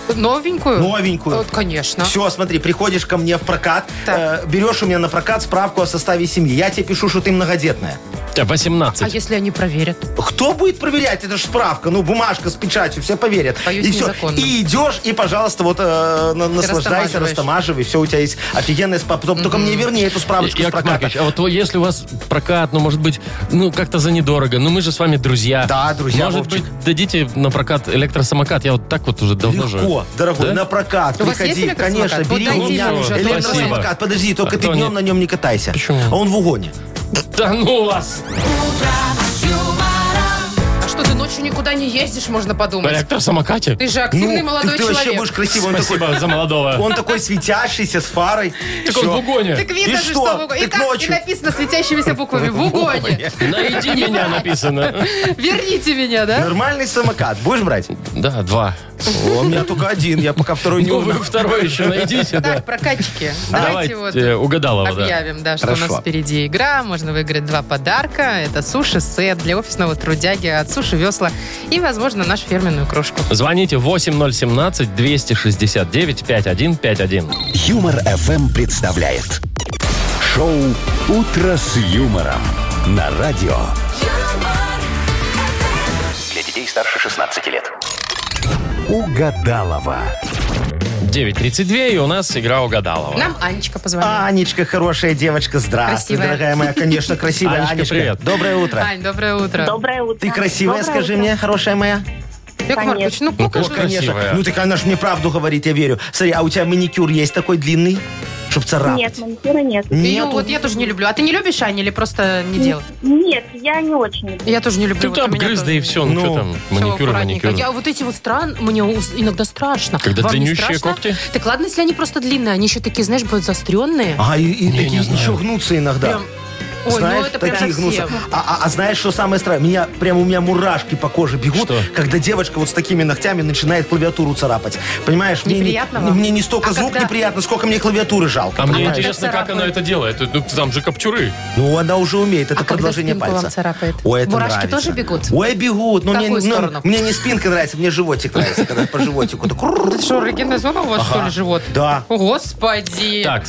[SPEAKER 3] А Новенькую?
[SPEAKER 2] Новенькую.
[SPEAKER 3] Вот, конечно.
[SPEAKER 2] Все, смотри, приходишь ко мне в прокат,
[SPEAKER 3] Так.
[SPEAKER 2] э, берешь у меня на прокат справку о составе семьи. Я тебе пишу, что ты многодетная.
[SPEAKER 1] Э,
[SPEAKER 3] А
[SPEAKER 1] 18.
[SPEAKER 3] если они проверят?
[SPEAKER 2] Кто будет проверять? Это же справка, ну, бумажка с печатью, все поверят.
[SPEAKER 3] Боюсь,
[SPEAKER 2] и все.
[SPEAKER 3] незаконно.
[SPEAKER 2] И идешь, и, пожалуйста, вот э, на- наслаждайся,
[SPEAKER 3] растамаживаешь.
[SPEAKER 2] растамаживай, все, у тебя есть офигенная справка. Потом Только мне верни эту справочку с
[SPEAKER 1] Яков
[SPEAKER 2] проката.
[SPEAKER 1] Маркович, а вот то, если у вас прокат, ну, может быть, ну, как-то за недорого, ну, мы же с вами друзья.
[SPEAKER 2] Да, друзья,
[SPEAKER 1] Может
[SPEAKER 2] Вовчик.
[SPEAKER 1] быть, дадите на прокат электросамокат? Я вот так вот уже давно же...
[SPEAKER 2] Легко, дорогой,
[SPEAKER 1] Да?
[SPEAKER 2] на прокат.
[SPEAKER 3] У вас
[SPEAKER 2] приходи,
[SPEAKER 3] есть электросамокат?
[SPEAKER 2] конечно,
[SPEAKER 3] Вот
[SPEAKER 2] бери
[SPEAKER 3] дайте
[SPEAKER 2] у меня
[SPEAKER 1] мне уже, а то спасибо.
[SPEAKER 2] электросамокат. Подожди, только
[SPEAKER 1] А
[SPEAKER 2] ты
[SPEAKER 1] то
[SPEAKER 2] днем
[SPEAKER 1] не-
[SPEAKER 2] на нем не катайся.
[SPEAKER 1] Почему?
[SPEAKER 2] А Он в угоне.
[SPEAKER 1] Да ну вас!
[SPEAKER 3] А что ты ночью никуда не ездишь, можно
[SPEAKER 1] На
[SPEAKER 3] подумать.
[SPEAKER 1] электросамокате?
[SPEAKER 3] Ты же активный
[SPEAKER 2] Ну,
[SPEAKER 3] молодой
[SPEAKER 2] так ты вообще
[SPEAKER 3] человек.
[SPEAKER 2] будешь красивый. Он такой,
[SPEAKER 1] Спасибо за молодого.
[SPEAKER 2] он такой светящийся, с фарой.
[SPEAKER 1] Так он в
[SPEAKER 2] Всё.
[SPEAKER 1] угоне.
[SPEAKER 3] Так видно
[SPEAKER 2] И
[SPEAKER 3] же,
[SPEAKER 2] что?
[SPEAKER 3] что в угоне. И
[SPEAKER 2] Так
[SPEAKER 3] так и
[SPEAKER 2] ночью.
[SPEAKER 3] написано светящимися буквами. В угоне.
[SPEAKER 1] Найди меня написано.
[SPEAKER 3] Верните меня, да?
[SPEAKER 2] Нормальный самокат. Будешь брать?
[SPEAKER 1] Да, два.
[SPEAKER 2] О, у меня только один, я пока второй не
[SPEAKER 1] Ну, вы
[SPEAKER 2] умею.
[SPEAKER 1] второй еще найдите, да.
[SPEAKER 3] Так, прокатчики.
[SPEAKER 1] Давайте
[SPEAKER 3] Давайте вот
[SPEAKER 1] э, угадалова, да.
[SPEAKER 3] объявим, да, что у
[SPEAKER 2] Хорошо.
[SPEAKER 3] нас впереди игра. Можно выиграть два подарка. Это суши-сет для офисного трудяги от суши-весла и, возможно, нашу фирменную кружку.
[SPEAKER 1] Звоните 8017-269-5151.
[SPEAKER 4] Юмор FM представляет шоу Утро с юмором на радио.
[SPEAKER 5] Для детей старше 16 лет.
[SPEAKER 4] Угадалова.
[SPEAKER 1] 9.32, и у нас игра угадалова.
[SPEAKER 3] Нам Анечка позвонила.
[SPEAKER 2] Анечка, хорошая девочка, здравствуй,
[SPEAKER 3] Красивая.
[SPEAKER 2] дорогая моя, конечно, красивая
[SPEAKER 1] Анечка,
[SPEAKER 2] Анечка.
[SPEAKER 1] привет.
[SPEAKER 2] Доброе утро.
[SPEAKER 3] Ань, доброе утро.
[SPEAKER 7] Доброе утро.
[SPEAKER 2] Ты красивая,
[SPEAKER 7] Доброе
[SPEAKER 2] скажи
[SPEAKER 7] утро.
[SPEAKER 2] мне, хорошая моя.
[SPEAKER 3] Яков Маркович, ну
[SPEAKER 1] Ну,
[SPEAKER 3] пока
[SPEAKER 1] конечно.
[SPEAKER 3] же.
[SPEAKER 1] Красивая.
[SPEAKER 2] Ну так она же мне правду говорит, я верю. Смотри, а у тебя маникюр есть такой длинный, чтоб царапать?
[SPEAKER 7] Нет,
[SPEAKER 3] ну,
[SPEAKER 7] маникюра нет.
[SPEAKER 3] Ее
[SPEAKER 2] Нету?
[SPEAKER 3] вот я тоже не люблю. А ты не любишь, Аня, или просто не делаешь?
[SPEAKER 7] Нет, я не очень люблю.
[SPEAKER 3] Я тоже не люблю.
[SPEAKER 1] Ты
[SPEAKER 3] Ну, вот
[SPEAKER 1] Ну, там
[SPEAKER 3] у меня
[SPEAKER 1] грыз,
[SPEAKER 3] тоже
[SPEAKER 1] да и
[SPEAKER 3] не
[SPEAKER 1] все. Ну,
[SPEAKER 2] Ну,
[SPEAKER 1] что там,
[SPEAKER 3] Всё
[SPEAKER 1] маникюр,
[SPEAKER 3] аккуратненько.
[SPEAKER 1] маникюр.
[SPEAKER 3] Я вот эти вот стран, мне ус- иногда страшно.
[SPEAKER 1] Когда
[SPEAKER 3] Вам не
[SPEAKER 1] длиннющие
[SPEAKER 3] страшно?
[SPEAKER 1] когти?
[SPEAKER 3] Так ладно, если они просто длинные, они еще такие, знаешь, будут заостренные.
[SPEAKER 2] А, и, и
[SPEAKER 1] Не, не
[SPEAKER 2] такие
[SPEAKER 1] знаю.
[SPEAKER 2] еще гнутся иногда.
[SPEAKER 3] Прям- Ой,
[SPEAKER 2] Знаешь,
[SPEAKER 3] ну это прям
[SPEAKER 2] такие гнутся.
[SPEAKER 3] совсем.
[SPEAKER 2] А, а- а знаешь, что самое страшное? Меня прям у меня мурашки по коже бегут,
[SPEAKER 1] Что?
[SPEAKER 2] когда девочка вот с такими ногтями начинает клавиатуру царапать. Понимаешь, мне, не-
[SPEAKER 3] Неприятно вам?
[SPEAKER 2] мне не столько
[SPEAKER 3] А
[SPEAKER 2] звук
[SPEAKER 3] когда-
[SPEAKER 2] неприятно, сколько мне клавиатуры жалко.
[SPEAKER 1] А мне
[SPEAKER 2] понимаешь?
[SPEAKER 1] интересно, как она
[SPEAKER 3] царапает.
[SPEAKER 1] это делает. Ну, там же копчуры.
[SPEAKER 2] Ну, она уже умеет, это
[SPEAKER 3] А когда
[SPEAKER 2] продолжение
[SPEAKER 3] спинку вам
[SPEAKER 2] пальца.
[SPEAKER 3] царапает?
[SPEAKER 2] Ой, это
[SPEAKER 3] Мурашки
[SPEAKER 2] нравится.
[SPEAKER 3] тоже бегут?
[SPEAKER 2] Ой, бегут. Но мне,
[SPEAKER 3] Какую
[SPEAKER 2] ну,
[SPEAKER 3] сторону?
[SPEAKER 2] мне не спинка нравится, мне животик нравится, когда по животику. так рррр.
[SPEAKER 3] Это что, эрогенная зона у вас, что ли, живот?
[SPEAKER 2] Да.
[SPEAKER 3] О, Господи.
[SPEAKER 1] Так.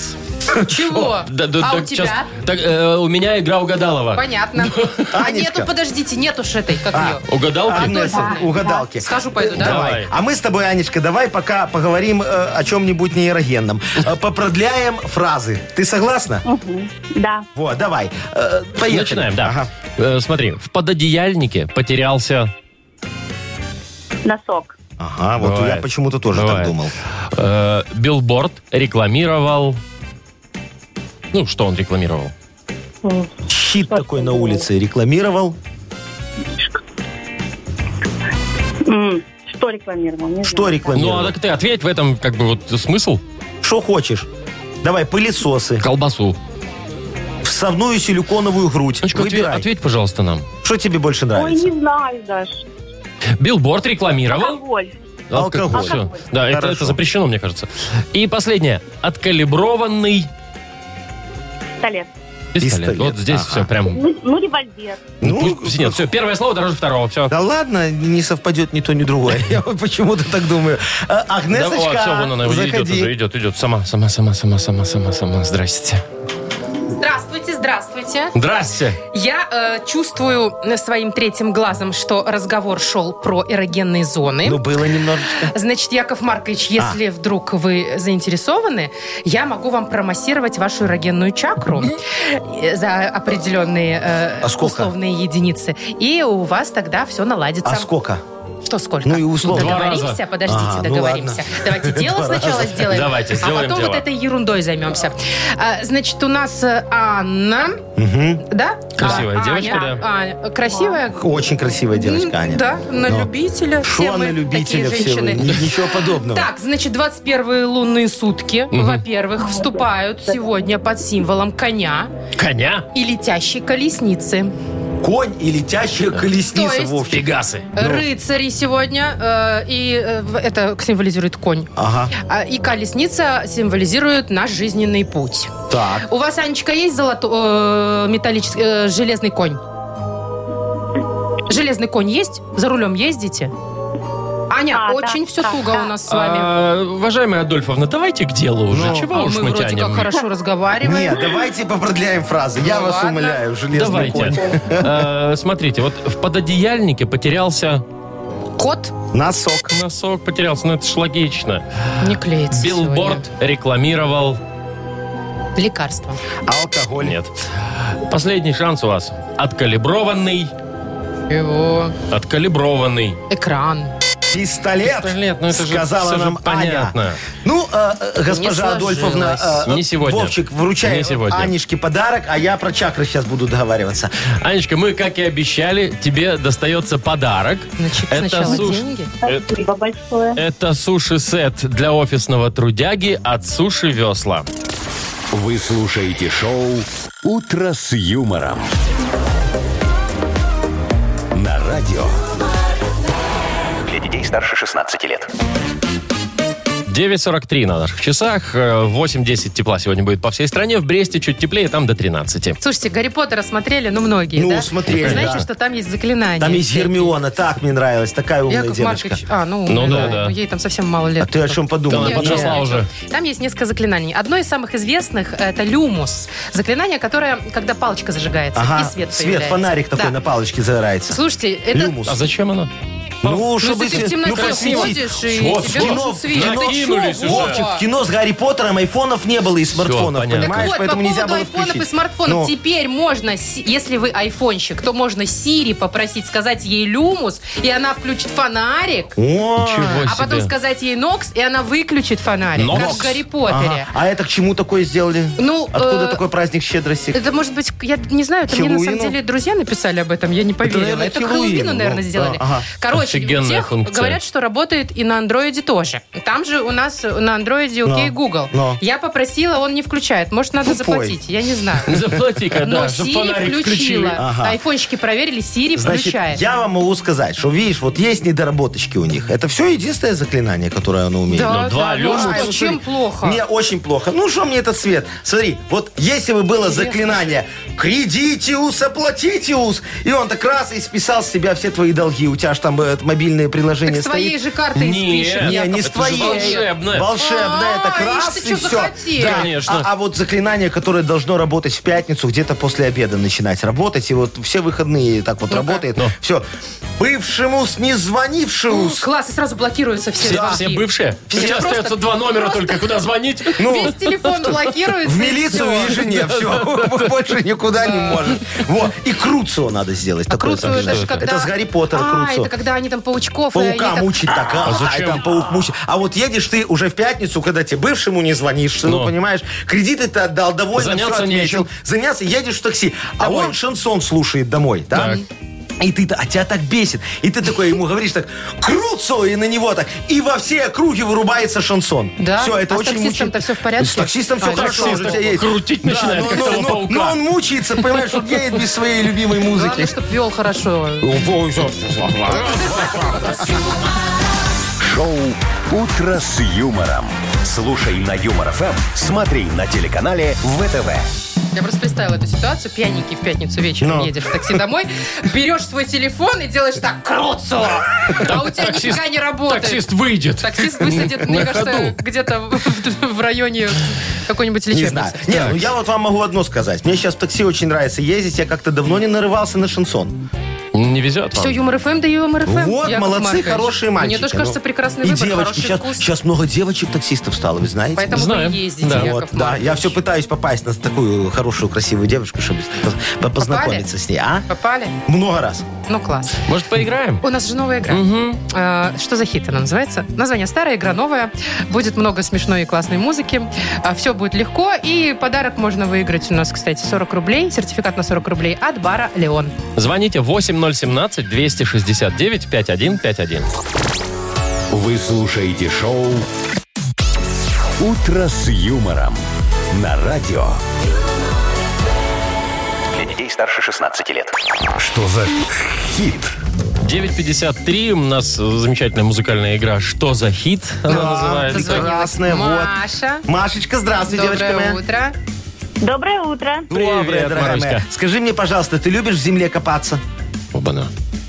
[SPEAKER 3] Чего?
[SPEAKER 1] да- да-
[SPEAKER 3] а у
[SPEAKER 1] так, щас-
[SPEAKER 3] тебя?
[SPEAKER 1] так, э, у меня игра угадалова.
[SPEAKER 3] Понятно. А
[SPEAKER 2] Анечка.
[SPEAKER 3] нету, подождите, нету ж этой, как
[SPEAKER 2] А.
[SPEAKER 3] ее.
[SPEAKER 1] Угадалки?
[SPEAKER 2] Агнеса,
[SPEAKER 3] точно.
[SPEAKER 2] угадалки.
[SPEAKER 3] Схожу, пойду, да?
[SPEAKER 1] Давай.
[SPEAKER 2] Давай. А мы с тобой, Анечка, давай пока поговорим э, о чем-нибудь нейрогенном. Э, Попродляем фразы. Ты согласна?
[SPEAKER 7] Мгм. Да.
[SPEAKER 2] Вот, давай. Э, Поехали.
[SPEAKER 1] Начинаем, да.
[SPEAKER 2] Ага.
[SPEAKER 1] Э, смотри, в пододеяльнике потерялся...
[SPEAKER 7] Носок.
[SPEAKER 2] Ага, вот
[SPEAKER 1] Бывает.
[SPEAKER 2] я почему-то тоже так
[SPEAKER 1] Бывает.
[SPEAKER 2] думал.
[SPEAKER 1] Э, билборд рекламировал... Ну, что он рекламировал?
[SPEAKER 2] Щит такой на улице рекламировал.
[SPEAKER 7] М, Что рекламировал? Не
[SPEAKER 2] Что
[SPEAKER 7] знаю.
[SPEAKER 1] Ну,
[SPEAKER 2] рекламировал?
[SPEAKER 1] а так ты ответь в этом, как бы, вот смысл?
[SPEAKER 2] Что хочешь? Давай, пылесосы,
[SPEAKER 1] Колбасу.
[SPEAKER 2] всавную силиконовую грудь.
[SPEAKER 1] Сонечка, отве-
[SPEAKER 2] Выбирай.
[SPEAKER 1] ответь, пожалуйста, нам.
[SPEAKER 2] Что тебе больше
[SPEAKER 7] Ой,
[SPEAKER 2] нравится?
[SPEAKER 7] не знаю даже.
[SPEAKER 1] Билборд рекламировал.
[SPEAKER 7] Алкоголь.
[SPEAKER 1] Алко-
[SPEAKER 2] Алкоголь.
[SPEAKER 1] всё.
[SPEAKER 7] Алкоголь.
[SPEAKER 1] Да, это,
[SPEAKER 2] Хорошо.
[SPEAKER 1] это запрещено, мне кажется. И последнее. Откалиброванный
[SPEAKER 7] Пистолет.
[SPEAKER 1] пистолет.
[SPEAKER 2] Пистолет.
[SPEAKER 1] Вот здесь
[SPEAKER 2] Ага.
[SPEAKER 1] все прям...
[SPEAKER 7] Ну, ну, револьвер.
[SPEAKER 2] Ну,
[SPEAKER 1] Ну, пусть- нет, все, первое слово дороже второго, все.
[SPEAKER 2] Да ладно, не совпадет ни то, ни другое. Я вот почему-то так думаю. А, Агнесочка,
[SPEAKER 1] все, вон она уже идет,
[SPEAKER 2] заходи.
[SPEAKER 1] уже идет, идет. Сама, сама, сама, сама, сама, сама, сама. Здрасте.
[SPEAKER 3] Здравствуйте, здравствуйте.
[SPEAKER 1] Здрасте.
[SPEAKER 3] Я э, чувствую своим третьим глазом, что разговор шел про эрогенные зоны.
[SPEAKER 2] Ну, было немножечко.
[SPEAKER 3] Значит, Яков Маркович, если
[SPEAKER 2] А.
[SPEAKER 3] вдруг вы заинтересованы, я могу вам промассировать вашу эрогенную чакру э, за определенные э,
[SPEAKER 2] А сколько?
[SPEAKER 3] условные единицы. И у вас тогда все наладится.
[SPEAKER 2] А сколько?
[SPEAKER 3] Что сколько?
[SPEAKER 2] Ну и условно.
[SPEAKER 1] Два
[SPEAKER 3] Договоримся?
[SPEAKER 1] раза.
[SPEAKER 3] Подождите,
[SPEAKER 2] А, ну
[SPEAKER 3] договоримся.
[SPEAKER 2] ладно.
[SPEAKER 3] Давайте дело
[SPEAKER 2] Два
[SPEAKER 3] сначала
[SPEAKER 2] раза.
[SPEAKER 3] сделаем.
[SPEAKER 1] Давайте,
[SPEAKER 3] А
[SPEAKER 1] сделаем
[SPEAKER 3] потом
[SPEAKER 1] дело.
[SPEAKER 3] вот этой ерундой займемся. А, значит, у нас э, Анна. Да?
[SPEAKER 1] Красивая
[SPEAKER 3] А,
[SPEAKER 1] девочка,
[SPEAKER 3] Аня,
[SPEAKER 1] да.
[SPEAKER 3] А, красивая.
[SPEAKER 2] Очень красивая девочка,
[SPEAKER 3] М,
[SPEAKER 2] Аня.
[SPEAKER 3] Да, на
[SPEAKER 2] Но.
[SPEAKER 3] любителя. Все
[SPEAKER 2] Шо
[SPEAKER 3] мы
[SPEAKER 2] на любителя
[SPEAKER 3] такие
[SPEAKER 2] все? вы?
[SPEAKER 3] женщины.
[SPEAKER 2] Ни- Ничего подобного.
[SPEAKER 3] Так, значит, 21 лунные сутки, во-первых, вступают сегодня под символом коня
[SPEAKER 1] Коня.
[SPEAKER 3] и летящей
[SPEAKER 1] Ну.
[SPEAKER 3] колесницы.
[SPEAKER 2] Конь и летящая колесница,
[SPEAKER 3] То есть-
[SPEAKER 2] Вовчик.
[SPEAKER 1] Пегасы.
[SPEAKER 3] Рыцари сегодня, э, и э, в- это символизирует конь.
[SPEAKER 2] Ага,
[SPEAKER 3] А, И колесница символизирует наш жизненный путь.
[SPEAKER 2] так.
[SPEAKER 3] У вас, Анечка, есть золотой, металлический, э, железный конь? Железный конь есть? За рулем ездите? Аня,
[SPEAKER 7] А, да,
[SPEAKER 3] очень все
[SPEAKER 7] да,
[SPEAKER 3] туго
[SPEAKER 7] да.
[SPEAKER 3] у нас с вами.
[SPEAKER 1] А, уважаемая Адольфовна, давайте к делу уже.
[SPEAKER 2] Ну.
[SPEAKER 1] Чего
[SPEAKER 3] А
[SPEAKER 1] уж
[SPEAKER 3] мы
[SPEAKER 1] мы,
[SPEAKER 3] вроде
[SPEAKER 1] тянем?
[SPEAKER 3] как хорошо разговариваем.
[SPEAKER 2] Нет, давайте попродляем фразы. Я
[SPEAKER 3] Ну
[SPEAKER 2] вас
[SPEAKER 3] ладно.
[SPEAKER 2] умоляю, железный
[SPEAKER 1] Давайте.
[SPEAKER 2] конь.
[SPEAKER 1] Э, Смотрите, вот в пододеяльнике потерялся
[SPEAKER 3] Кот
[SPEAKER 2] Носок.
[SPEAKER 1] носок, потерялся, ну это ж логично.
[SPEAKER 3] не клеится
[SPEAKER 1] Билборд рекламировал.
[SPEAKER 3] сегодня. Лекарство.
[SPEAKER 2] Алкоголь.
[SPEAKER 1] Нет. Последний шанс у вас. Откалиброванный.
[SPEAKER 3] Его
[SPEAKER 1] Откалиброванный.
[SPEAKER 3] экран.
[SPEAKER 2] Пистолет.
[SPEAKER 1] Пистолет, ну это же-
[SPEAKER 2] сказала
[SPEAKER 1] всё же
[SPEAKER 2] нам Аня.
[SPEAKER 1] понятно.
[SPEAKER 2] Ну, э, э, госпожа
[SPEAKER 3] Не
[SPEAKER 2] Адольфовна,
[SPEAKER 3] сложилось.
[SPEAKER 2] э,
[SPEAKER 1] Не сегодня.
[SPEAKER 2] Вовчик, вручай
[SPEAKER 1] Не сегодня.
[SPEAKER 2] Анечке подарок, а я про чакры сейчас буду договариваться.
[SPEAKER 1] Анечка, мы, как и обещали, тебе достается подарок.
[SPEAKER 3] Значит,
[SPEAKER 1] Это
[SPEAKER 3] сначала
[SPEAKER 1] суш-
[SPEAKER 3] деньги.
[SPEAKER 7] Спасибо большое.
[SPEAKER 1] Это суши-сет для офисного трудяги от Суши Весла.
[SPEAKER 4] Вы слушаете шоу «Утро с юмором». На радио.
[SPEAKER 5] Для детей старше 16 лет.
[SPEAKER 1] 9.43 на наших часах. Э, 8.10 тепла сегодня будет по всей стране. В Бресте чуть теплее, там до 13.
[SPEAKER 3] Слушайте, Гарри Поттера смотрели, ну, многие,
[SPEAKER 2] Ну,
[SPEAKER 3] да?
[SPEAKER 2] смотрели,
[SPEAKER 3] Вы знаете,
[SPEAKER 2] да.
[SPEAKER 3] что там есть заклинание.
[SPEAKER 2] Там есть Гермиона, так мне нравилась, такая умная
[SPEAKER 3] Яков
[SPEAKER 2] девочка.
[SPEAKER 3] Маркович, а, ну,
[SPEAKER 1] Ну
[SPEAKER 3] умная,
[SPEAKER 1] да, да.
[SPEAKER 3] ну, ей там совсем мало лет.
[SPEAKER 2] А ты о чем подумал?
[SPEAKER 1] Да,
[SPEAKER 3] Не,
[SPEAKER 1] она подросла
[SPEAKER 3] не, не.
[SPEAKER 1] уже.
[SPEAKER 3] Там есть несколько заклинаний. Одно из самых известных – это люмус. Заклинание, которое, когда палочка зажигается,
[SPEAKER 2] Ага,
[SPEAKER 3] и свет
[SPEAKER 2] свет,
[SPEAKER 3] появляется.
[SPEAKER 2] фонарик такой
[SPEAKER 3] Да.
[SPEAKER 2] на палочке загорается.
[SPEAKER 3] Слушайте, это...
[SPEAKER 2] Люмус.
[SPEAKER 1] А зачем она?
[SPEAKER 2] Ну,
[SPEAKER 3] Ну,
[SPEAKER 2] чтобы
[SPEAKER 3] если ты в
[SPEAKER 2] те-
[SPEAKER 3] темноте
[SPEAKER 2] просветить.
[SPEAKER 3] ходишь, и
[SPEAKER 1] Вот,
[SPEAKER 3] тебе
[SPEAKER 1] кино,
[SPEAKER 3] нужен свет.
[SPEAKER 1] кино,
[SPEAKER 3] Ты чё?
[SPEAKER 1] кинулись уже.
[SPEAKER 3] Вовчик,
[SPEAKER 2] Ну, Вовчик, в кино с Гарри Поттером айфонов не было и смартфонов,
[SPEAKER 1] понятно.
[SPEAKER 3] Так
[SPEAKER 2] понимаешь?
[SPEAKER 3] вот,
[SPEAKER 2] Поэтому
[SPEAKER 3] по
[SPEAKER 2] нельзя
[SPEAKER 3] поводу
[SPEAKER 2] было
[SPEAKER 3] айфонов
[SPEAKER 2] включить.
[SPEAKER 3] и смартфонов.
[SPEAKER 2] Ну.
[SPEAKER 3] Теперь можно, си- если вы айфонщик, то можно Сири попросить сказать ей люмус, и она включит фонарик.
[SPEAKER 2] О,
[SPEAKER 1] Ничего
[SPEAKER 3] А потом
[SPEAKER 1] себе.
[SPEAKER 3] сказать ей Нокс, и она выключит фонарик, как
[SPEAKER 1] Нокс.
[SPEAKER 3] в Гарри Поттере.
[SPEAKER 2] ага. А это к чему такое сделали?
[SPEAKER 3] Ну,
[SPEAKER 2] Откуда
[SPEAKER 3] э,
[SPEAKER 2] такой праздник щедрости?
[SPEAKER 3] Это может быть, я не знаю, это мне на самом
[SPEAKER 2] Хэллоуину?
[SPEAKER 3] деле друзья написали об этом, я не поверила. Это,
[SPEAKER 2] наверное,
[SPEAKER 3] к
[SPEAKER 2] Хэллоуину,
[SPEAKER 3] Хэллоуину, наверное,
[SPEAKER 2] ну,
[SPEAKER 3] сделали.
[SPEAKER 2] да, ага.
[SPEAKER 3] Короче, у
[SPEAKER 1] Офигенная
[SPEAKER 3] тех
[SPEAKER 1] функция.
[SPEAKER 3] говорят, что работает и на андроиде тоже. Там же у нас на андроиде окей
[SPEAKER 2] Но,
[SPEAKER 3] Google.
[SPEAKER 2] но.
[SPEAKER 3] Я попросила, он не включает. Может, надо
[SPEAKER 2] Тупой.
[SPEAKER 3] заплатить, я не знаю.
[SPEAKER 1] Заплати-ка, Э,
[SPEAKER 3] Но
[SPEAKER 1] да, чтоб фонарик
[SPEAKER 3] Siri
[SPEAKER 1] включили.
[SPEAKER 3] включила.
[SPEAKER 2] Ага.
[SPEAKER 3] Айфонщики проверили, Siri
[SPEAKER 2] Значит,
[SPEAKER 3] включает.
[SPEAKER 2] я вам могу сказать, что, видишь, вот есть недоработочки у них. Это все единственное заклинание, которое она умеет.
[SPEAKER 3] Да,
[SPEAKER 1] ну, два
[SPEAKER 3] да,
[SPEAKER 1] люмуса.
[SPEAKER 3] может
[SPEAKER 2] Ай,
[SPEAKER 3] быть,
[SPEAKER 2] ну,
[SPEAKER 3] чем
[SPEAKER 2] смотри,
[SPEAKER 3] плохо?
[SPEAKER 2] Мне очень плохо. Ну, что мне этот свет? Смотри, вот если бы было заклинание «Кредитиус, оплатитиус», и он так раз и списал с тебя все твои долги. У тебя же там э, мобильное приложение
[SPEAKER 3] Так с
[SPEAKER 2] стоит.
[SPEAKER 3] твоей же картой
[SPEAKER 1] Не,
[SPEAKER 3] спишешь.
[SPEAKER 2] Не,
[SPEAKER 3] Яков.
[SPEAKER 2] не с
[SPEAKER 1] Это же
[SPEAKER 2] твоей.
[SPEAKER 1] волшебное.
[SPEAKER 2] Волшебное, это
[SPEAKER 3] А,
[SPEAKER 2] раз
[SPEAKER 3] ишь ты,
[SPEAKER 2] и
[SPEAKER 3] чё
[SPEAKER 2] все.
[SPEAKER 3] захотел.
[SPEAKER 1] Конечно.
[SPEAKER 2] А, а вот заклинание, которое должно работать в пятницу, где-то после обеда начинать работать, и вот все выходные так вот работает.
[SPEAKER 3] Ну.
[SPEAKER 2] Все. Бывшему с незвонившему. с-
[SPEAKER 3] Класс, и сразу блокируются все
[SPEAKER 1] Все,
[SPEAKER 3] звонки.
[SPEAKER 1] все бывшие? У
[SPEAKER 3] Все.
[SPEAKER 1] тебя
[SPEAKER 3] Просто-
[SPEAKER 1] остается два номера
[SPEAKER 3] просто-
[SPEAKER 1] только, куда звонить?
[SPEAKER 3] Весь телефон блокируется.
[SPEAKER 2] Ну, В
[SPEAKER 3] и всё.
[SPEAKER 2] милицию и жене. Все. Больше никуда не может. Вот. И Круцио надо сделать.
[SPEAKER 3] А
[SPEAKER 2] такое
[SPEAKER 3] Круцио это
[SPEAKER 2] заклинание.
[SPEAKER 3] же когда...
[SPEAKER 2] Это с Гарри Поттера
[SPEAKER 3] А,
[SPEAKER 2] Круцио.
[SPEAKER 3] это когда они они там паучков... и они
[SPEAKER 2] Паука
[SPEAKER 3] там-
[SPEAKER 2] мучить так, а,
[SPEAKER 1] зачем?
[SPEAKER 2] и там паук мучит. А вот едешь ты уже в пятницу, когда тебе бывшему не звонишь, ну,
[SPEAKER 1] Ну.
[SPEAKER 2] понимаешь, кредиты ты отдал, довольно
[SPEAKER 1] Заняться
[SPEAKER 2] все отметил.
[SPEAKER 1] нечем.
[SPEAKER 2] Заняться, едешь в такси, а
[SPEAKER 3] Домой.
[SPEAKER 2] он шансон слушает домой, да?
[SPEAKER 1] Так.
[SPEAKER 2] И ты, а тебя так бесит. И ты такой ему говоришь так, круцо, и на него так. И во все округи вырубается шансон.
[SPEAKER 3] Да?
[SPEAKER 2] Все, это
[SPEAKER 3] А с
[SPEAKER 2] очень
[SPEAKER 3] таксистом-то
[SPEAKER 2] мучает.
[SPEAKER 3] всё в порядке?
[SPEAKER 2] С таксистом все
[SPEAKER 3] А,
[SPEAKER 2] хорошо.
[SPEAKER 1] таксист
[SPEAKER 2] уже у тебя есть. ну,
[SPEAKER 1] крутить начинает,
[SPEAKER 2] но-
[SPEAKER 1] как
[SPEAKER 2] но-
[SPEAKER 1] того
[SPEAKER 2] но-
[SPEAKER 1] паука.
[SPEAKER 2] Но он мучается, понимаешь, он едет без своей любимой
[SPEAKER 3] Главное,
[SPEAKER 2] музыки.
[SPEAKER 3] чтобы вел хорошо.
[SPEAKER 4] Шоу «Утро с юмором». Слушай на Юмор ФМ, смотри на телеканале ВТВ.
[SPEAKER 3] Я просто представила эту ситуацию. Пьяненький в пятницу
[SPEAKER 2] Ну.
[SPEAKER 3] вечером едешь в такси домой, берешь свой телефон и делаешь так, круцо! А у тебя
[SPEAKER 1] Таксист-
[SPEAKER 3] нифига не работает.
[SPEAKER 1] Таксист выйдет.
[SPEAKER 3] Таксист высадит, мне
[SPEAKER 1] На
[SPEAKER 3] кажется,
[SPEAKER 1] ходу.
[SPEAKER 3] где-то в в районе какой-нибудь
[SPEAKER 2] Не
[SPEAKER 3] лечебницы.
[SPEAKER 2] знаю. Не, ну я вот вам могу одно сказать. Мне сейчас в такси очень нравится ездить. Я как-то давно не нарывался на шансон.
[SPEAKER 1] Не везет вам.
[SPEAKER 3] Все, юмор ФМ, да юмор ФМ.
[SPEAKER 2] Вот,
[SPEAKER 3] Яков
[SPEAKER 2] молодцы,
[SPEAKER 3] Маркович.
[SPEAKER 2] хорошие мальчики.
[SPEAKER 3] Мне тоже кажется,
[SPEAKER 2] Ну,
[SPEAKER 3] прекрасный
[SPEAKER 2] И
[SPEAKER 3] выбор,
[SPEAKER 2] девочки.
[SPEAKER 3] хороший
[SPEAKER 2] Сейчас,
[SPEAKER 3] вкус.
[SPEAKER 2] сейчас много девочек-таксистов стало, вы знаете?
[SPEAKER 3] Поэтому
[SPEAKER 1] Знаю.
[SPEAKER 3] вы и ездите,
[SPEAKER 1] Да.
[SPEAKER 3] Яков
[SPEAKER 2] Вот, да, я
[SPEAKER 3] Маркович.
[SPEAKER 2] все пытаюсь попасть на такую хорошую, красивую девушку, чтобы по- по- познакомиться с ней, а?
[SPEAKER 3] Попали?
[SPEAKER 2] Много раз.
[SPEAKER 3] Ну, класс.
[SPEAKER 1] Может, поиграем?
[SPEAKER 3] У нас же новая игра. Э, что за хит она называется? Название старая, игра новая. Будет много смешной и классной музыки. все будет легко. И подарок можно выиграть у нас, кстати, 40 рублей. Сертификат на 40 рублей от бара «Леон».
[SPEAKER 1] Звоните 8017-269-5151.
[SPEAKER 4] Вы слушаете шоу «Утро с юмором» на радио.
[SPEAKER 5] Для детей старше 16 лет.
[SPEAKER 4] Что за хит?
[SPEAKER 1] 9.53. У нас э, замечательная музыкальная игра «Что за хит?» Она называется.
[SPEAKER 3] Позвонилась
[SPEAKER 2] Красная, вот.
[SPEAKER 3] Маша.
[SPEAKER 2] Машечка, здравствуй, девочка
[SPEAKER 3] Доброе
[SPEAKER 2] моя.
[SPEAKER 3] утро.
[SPEAKER 7] Доброе утро.
[SPEAKER 2] Доброе,
[SPEAKER 1] Привет,
[SPEAKER 2] дорогая
[SPEAKER 1] Марочка.
[SPEAKER 2] моя. Скажи мне, пожалуйста, ты любишь в земле копаться?
[SPEAKER 1] Оба-на.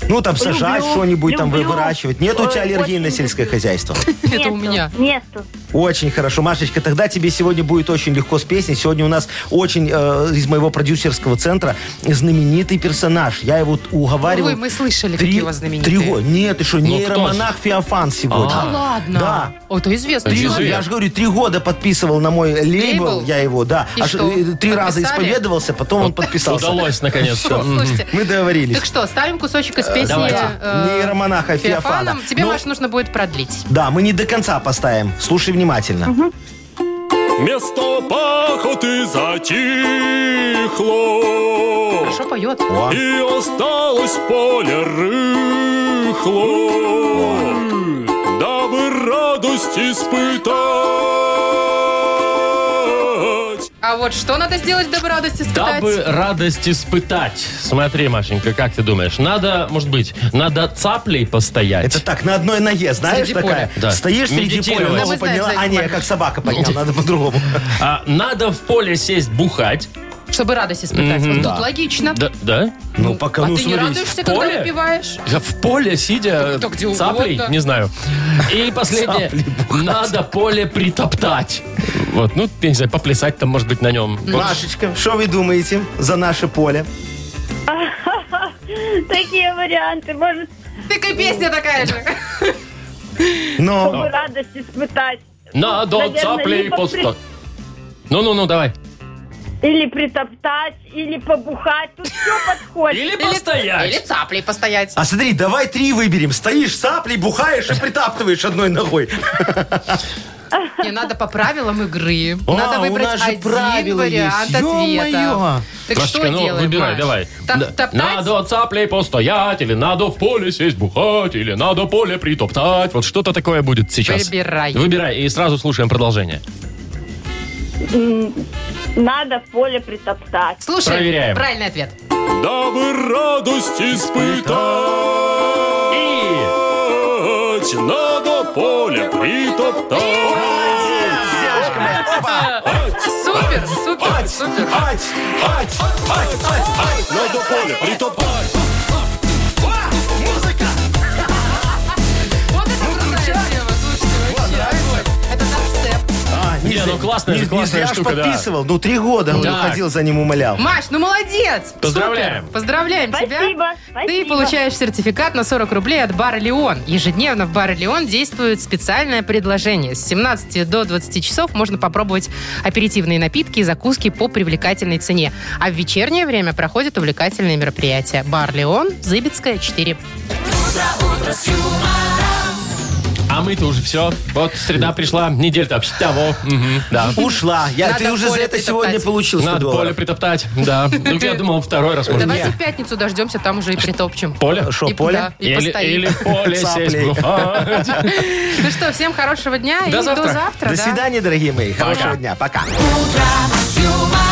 [SPEAKER 2] Ну, там сажать
[SPEAKER 7] Люблю,
[SPEAKER 2] что-нибудь, там
[SPEAKER 7] люблю.
[SPEAKER 2] выращивать. Нет у
[SPEAKER 7] Ой,
[SPEAKER 2] тебя аллергии
[SPEAKER 7] очень
[SPEAKER 2] на сельское
[SPEAKER 7] люблю.
[SPEAKER 2] хозяйство?
[SPEAKER 3] Это у меня.
[SPEAKER 7] Нету.
[SPEAKER 2] Очень хорошо, Машечка. Тогда тебе сегодня будет очень легко с песней. Сегодня у нас очень э, из моего продюсерского центра знаменитый персонаж. Я его т- уговаривал.
[SPEAKER 3] Ой, мы слышали,
[SPEAKER 2] Три-
[SPEAKER 3] какие у вас знаменитые.
[SPEAKER 2] три года. Нет, ты что,
[SPEAKER 1] Ну, А.
[SPEAKER 2] нейромонах Феофан сегодня.
[SPEAKER 3] Да ладно.
[SPEAKER 2] Да.
[SPEAKER 3] О, это известно.
[SPEAKER 1] Три
[SPEAKER 2] Три-
[SPEAKER 1] Известно.
[SPEAKER 2] я же говорю, три года подписывал на мой лейбл,
[SPEAKER 3] Лейбл?
[SPEAKER 2] я его, да.
[SPEAKER 3] И
[SPEAKER 2] Аж,
[SPEAKER 3] что,
[SPEAKER 2] э, три раза
[SPEAKER 3] подписали?
[SPEAKER 2] исповедовался, потом он подписался.
[SPEAKER 1] Удалось, наконец-то. М.
[SPEAKER 3] Слушайте,
[SPEAKER 2] Мы договорились.
[SPEAKER 3] так что, ставим кусочек из песни
[SPEAKER 1] давайте.
[SPEAKER 3] э,
[SPEAKER 2] Нейромонаха Феофана.
[SPEAKER 3] Феофаном. Тебе,
[SPEAKER 2] Ну,
[SPEAKER 3] Маш, нужно будет продлить.
[SPEAKER 2] Да, мы не до конца поставим. Слушай внимательно.
[SPEAKER 9] Место пахоты затихло,
[SPEAKER 3] Хорошо поет.
[SPEAKER 2] О.
[SPEAKER 9] И осталось поле рыхло, Дабы радость испытать.
[SPEAKER 3] А вот что надо сделать, дабы радость испытать?
[SPEAKER 1] Дабы э, радость испытать. Смотри, Машенька, как ты думаешь? Надо, может быть, надо цаплей постоять?
[SPEAKER 2] Это так, на одной ноге, знаешь,
[SPEAKER 3] Среди
[SPEAKER 2] такая?
[SPEAKER 3] поля. Ну,
[SPEAKER 1] Да.
[SPEAKER 2] Стоишь среди
[SPEAKER 1] Медитировать.
[SPEAKER 2] поля,
[SPEAKER 1] Да
[SPEAKER 2] ногу
[SPEAKER 3] вы знаете,
[SPEAKER 2] подняла, а
[SPEAKER 3] Яков
[SPEAKER 2] не,
[SPEAKER 3] Маркович.
[SPEAKER 2] как собака подняла, надо по-другому.
[SPEAKER 1] А, надо в поле сесть бухать.
[SPEAKER 3] Чтобы радость испытать. Вот
[SPEAKER 2] Да.
[SPEAKER 3] Тут логично.
[SPEAKER 1] Да, да?
[SPEAKER 2] Ну, пока,
[SPEAKER 3] а
[SPEAKER 2] ну,
[SPEAKER 3] ты не
[SPEAKER 2] смотри.
[SPEAKER 3] радуешься,
[SPEAKER 1] в
[SPEAKER 3] когда
[SPEAKER 1] поле?
[SPEAKER 3] выпиваешь?
[SPEAKER 1] Я Э, в поле сидя
[SPEAKER 3] Да где
[SPEAKER 1] цаплей,
[SPEAKER 3] угодно.
[SPEAKER 1] не знаю. И последнее,
[SPEAKER 2] Цаплей бухать.
[SPEAKER 1] надо поле притоптать. Вот, ну, я не знаю, поплясать там, может быть, на нем. Вот.
[SPEAKER 2] Машечка, что вы думаете за наше поле?
[SPEAKER 7] Такие варианты. Может,
[SPEAKER 3] Такая песня такая же.
[SPEAKER 2] Но
[SPEAKER 7] бы радость испытать.
[SPEAKER 1] Надо
[SPEAKER 7] Наверное,
[SPEAKER 1] цаплей
[SPEAKER 7] либо при-
[SPEAKER 1] постоять. Ну-ну-ну, давай.
[SPEAKER 7] Или притоптать, или побухать. Тут все подходит.
[SPEAKER 1] Или
[SPEAKER 3] Или
[SPEAKER 1] постоять.
[SPEAKER 3] цаплей постоять.
[SPEAKER 2] а смотри, давай три выберем. Стоишь, саплей, бухаешь и притаптываешь одной ногой.
[SPEAKER 3] Не надо по правилам игры.
[SPEAKER 2] А,
[SPEAKER 3] надо
[SPEAKER 2] у
[SPEAKER 3] выбрать
[SPEAKER 2] нас же
[SPEAKER 3] один
[SPEAKER 2] правила
[SPEAKER 3] вариант
[SPEAKER 2] есть.
[SPEAKER 3] ответа.
[SPEAKER 2] Ё-моё.
[SPEAKER 3] Так
[SPEAKER 1] Машечка,
[SPEAKER 3] что
[SPEAKER 1] ну,
[SPEAKER 3] делаем,
[SPEAKER 1] выбирай,
[SPEAKER 3] Маш?
[SPEAKER 1] давай.
[SPEAKER 3] Топ-
[SPEAKER 1] Да.
[SPEAKER 3] Топтать?
[SPEAKER 1] Надо цаплей постоять, или надо в поле сесть бухать, или надо поле притоптать. Вот что-то такое будет сейчас.
[SPEAKER 3] Выбирай.
[SPEAKER 1] Выбирай, и сразу слушаем продолжение.
[SPEAKER 7] Надо поле притоптать.
[SPEAKER 3] Слушай,
[SPEAKER 1] Проверяем.
[SPEAKER 3] правильный ответ.
[SPEAKER 9] Дабы радость испытать,
[SPEAKER 1] И...
[SPEAKER 9] Надо поле притоптать.
[SPEAKER 2] Девочка моя, опа!
[SPEAKER 3] Супер, супер, супер.
[SPEAKER 2] Ать, ать, ать, ать, ать.
[SPEAKER 9] Надо поле притоптать.
[SPEAKER 3] Вот это крутая тема, слушайте, вообще огонь. Это дабстеп.
[SPEAKER 2] А,
[SPEAKER 1] Не,
[SPEAKER 2] зря-
[SPEAKER 1] ну, классная
[SPEAKER 2] не-
[SPEAKER 1] же, классная
[SPEAKER 2] не зря ж
[SPEAKER 1] штука, да.
[SPEAKER 2] подписывал. Ну, три года говорю,
[SPEAKER 1] Так.
[SPEAKER 2] ходил за ним, умолял.
[SPEAKER 3] Маш, ну молодец!
[SPEAKER 1] Поздравляем.
[SPEAKER 3] Супер. Поздравляем тебя!
[SPEAKER 7] Спасибо,
[SPEAKER 3] Ты
[SPEAKER 7] спасибо.
[SPEAKER 3] получаешь сертификат на 40 рублей от бара «Леон». Ежедневно в баре «Леон» действует специальное предложение. С 17 до 20 часов можно попробовать аперитивные напитки и закуски по привлекательной цене. А в вечернее время проходят увлекательные мероприятия. Бар «Леон», Зыбецкая, 4.
[SPEAKER 1] А мы-то уже все. Вот среда пришла, неделя-то вообще того. Мгм, Да.
[SPEAKER 2] Ушла. Я,
[SPEAKER 3] Надо
[SPEAKER 2] ты уже за
[SPEAKER 3] поле
[SPEAKER 2] это сегодня
[SPEAKER 3] притоптать.
[SPEAKER 2] получил 100
[SPEAKER 1] Надо поле
[SPEAKER 2] долларов.
[SPEAKER 1] притоптать. Да. Ну, я думал, второй раз можно.
[SPEAKER 3] Давайте в пятницу дождемся, там уже и притопчем.
[SPEAKER 1] Поле?
[SPEAKER 2] Шо,
[SPEAKER 3] И-
[SPEAKER 2] поле?
[SPEAKER 3] да, и
[SPEAKER 1] Или,
[SPEAKER 3] постоим.
[SPEAKER 1] или в поле сесть
[SPEAKER 2] Цаплей.
[SPEAKER 1] бухать.
[SPEAKER 3] Ну что, всем хорошего дня
[SPEAKER 1] До
[SPEAKER 3] и
[SPEAKER 1] завтра.
[SPEAKER 3] до завтра.
[SPEAKER 2] До
[SPEAKER 3] да.
[SPEAKER 2] свидания, дорогие мои. Хорошего дня. Пока.
[SPEAKER 10] Утро с юмором.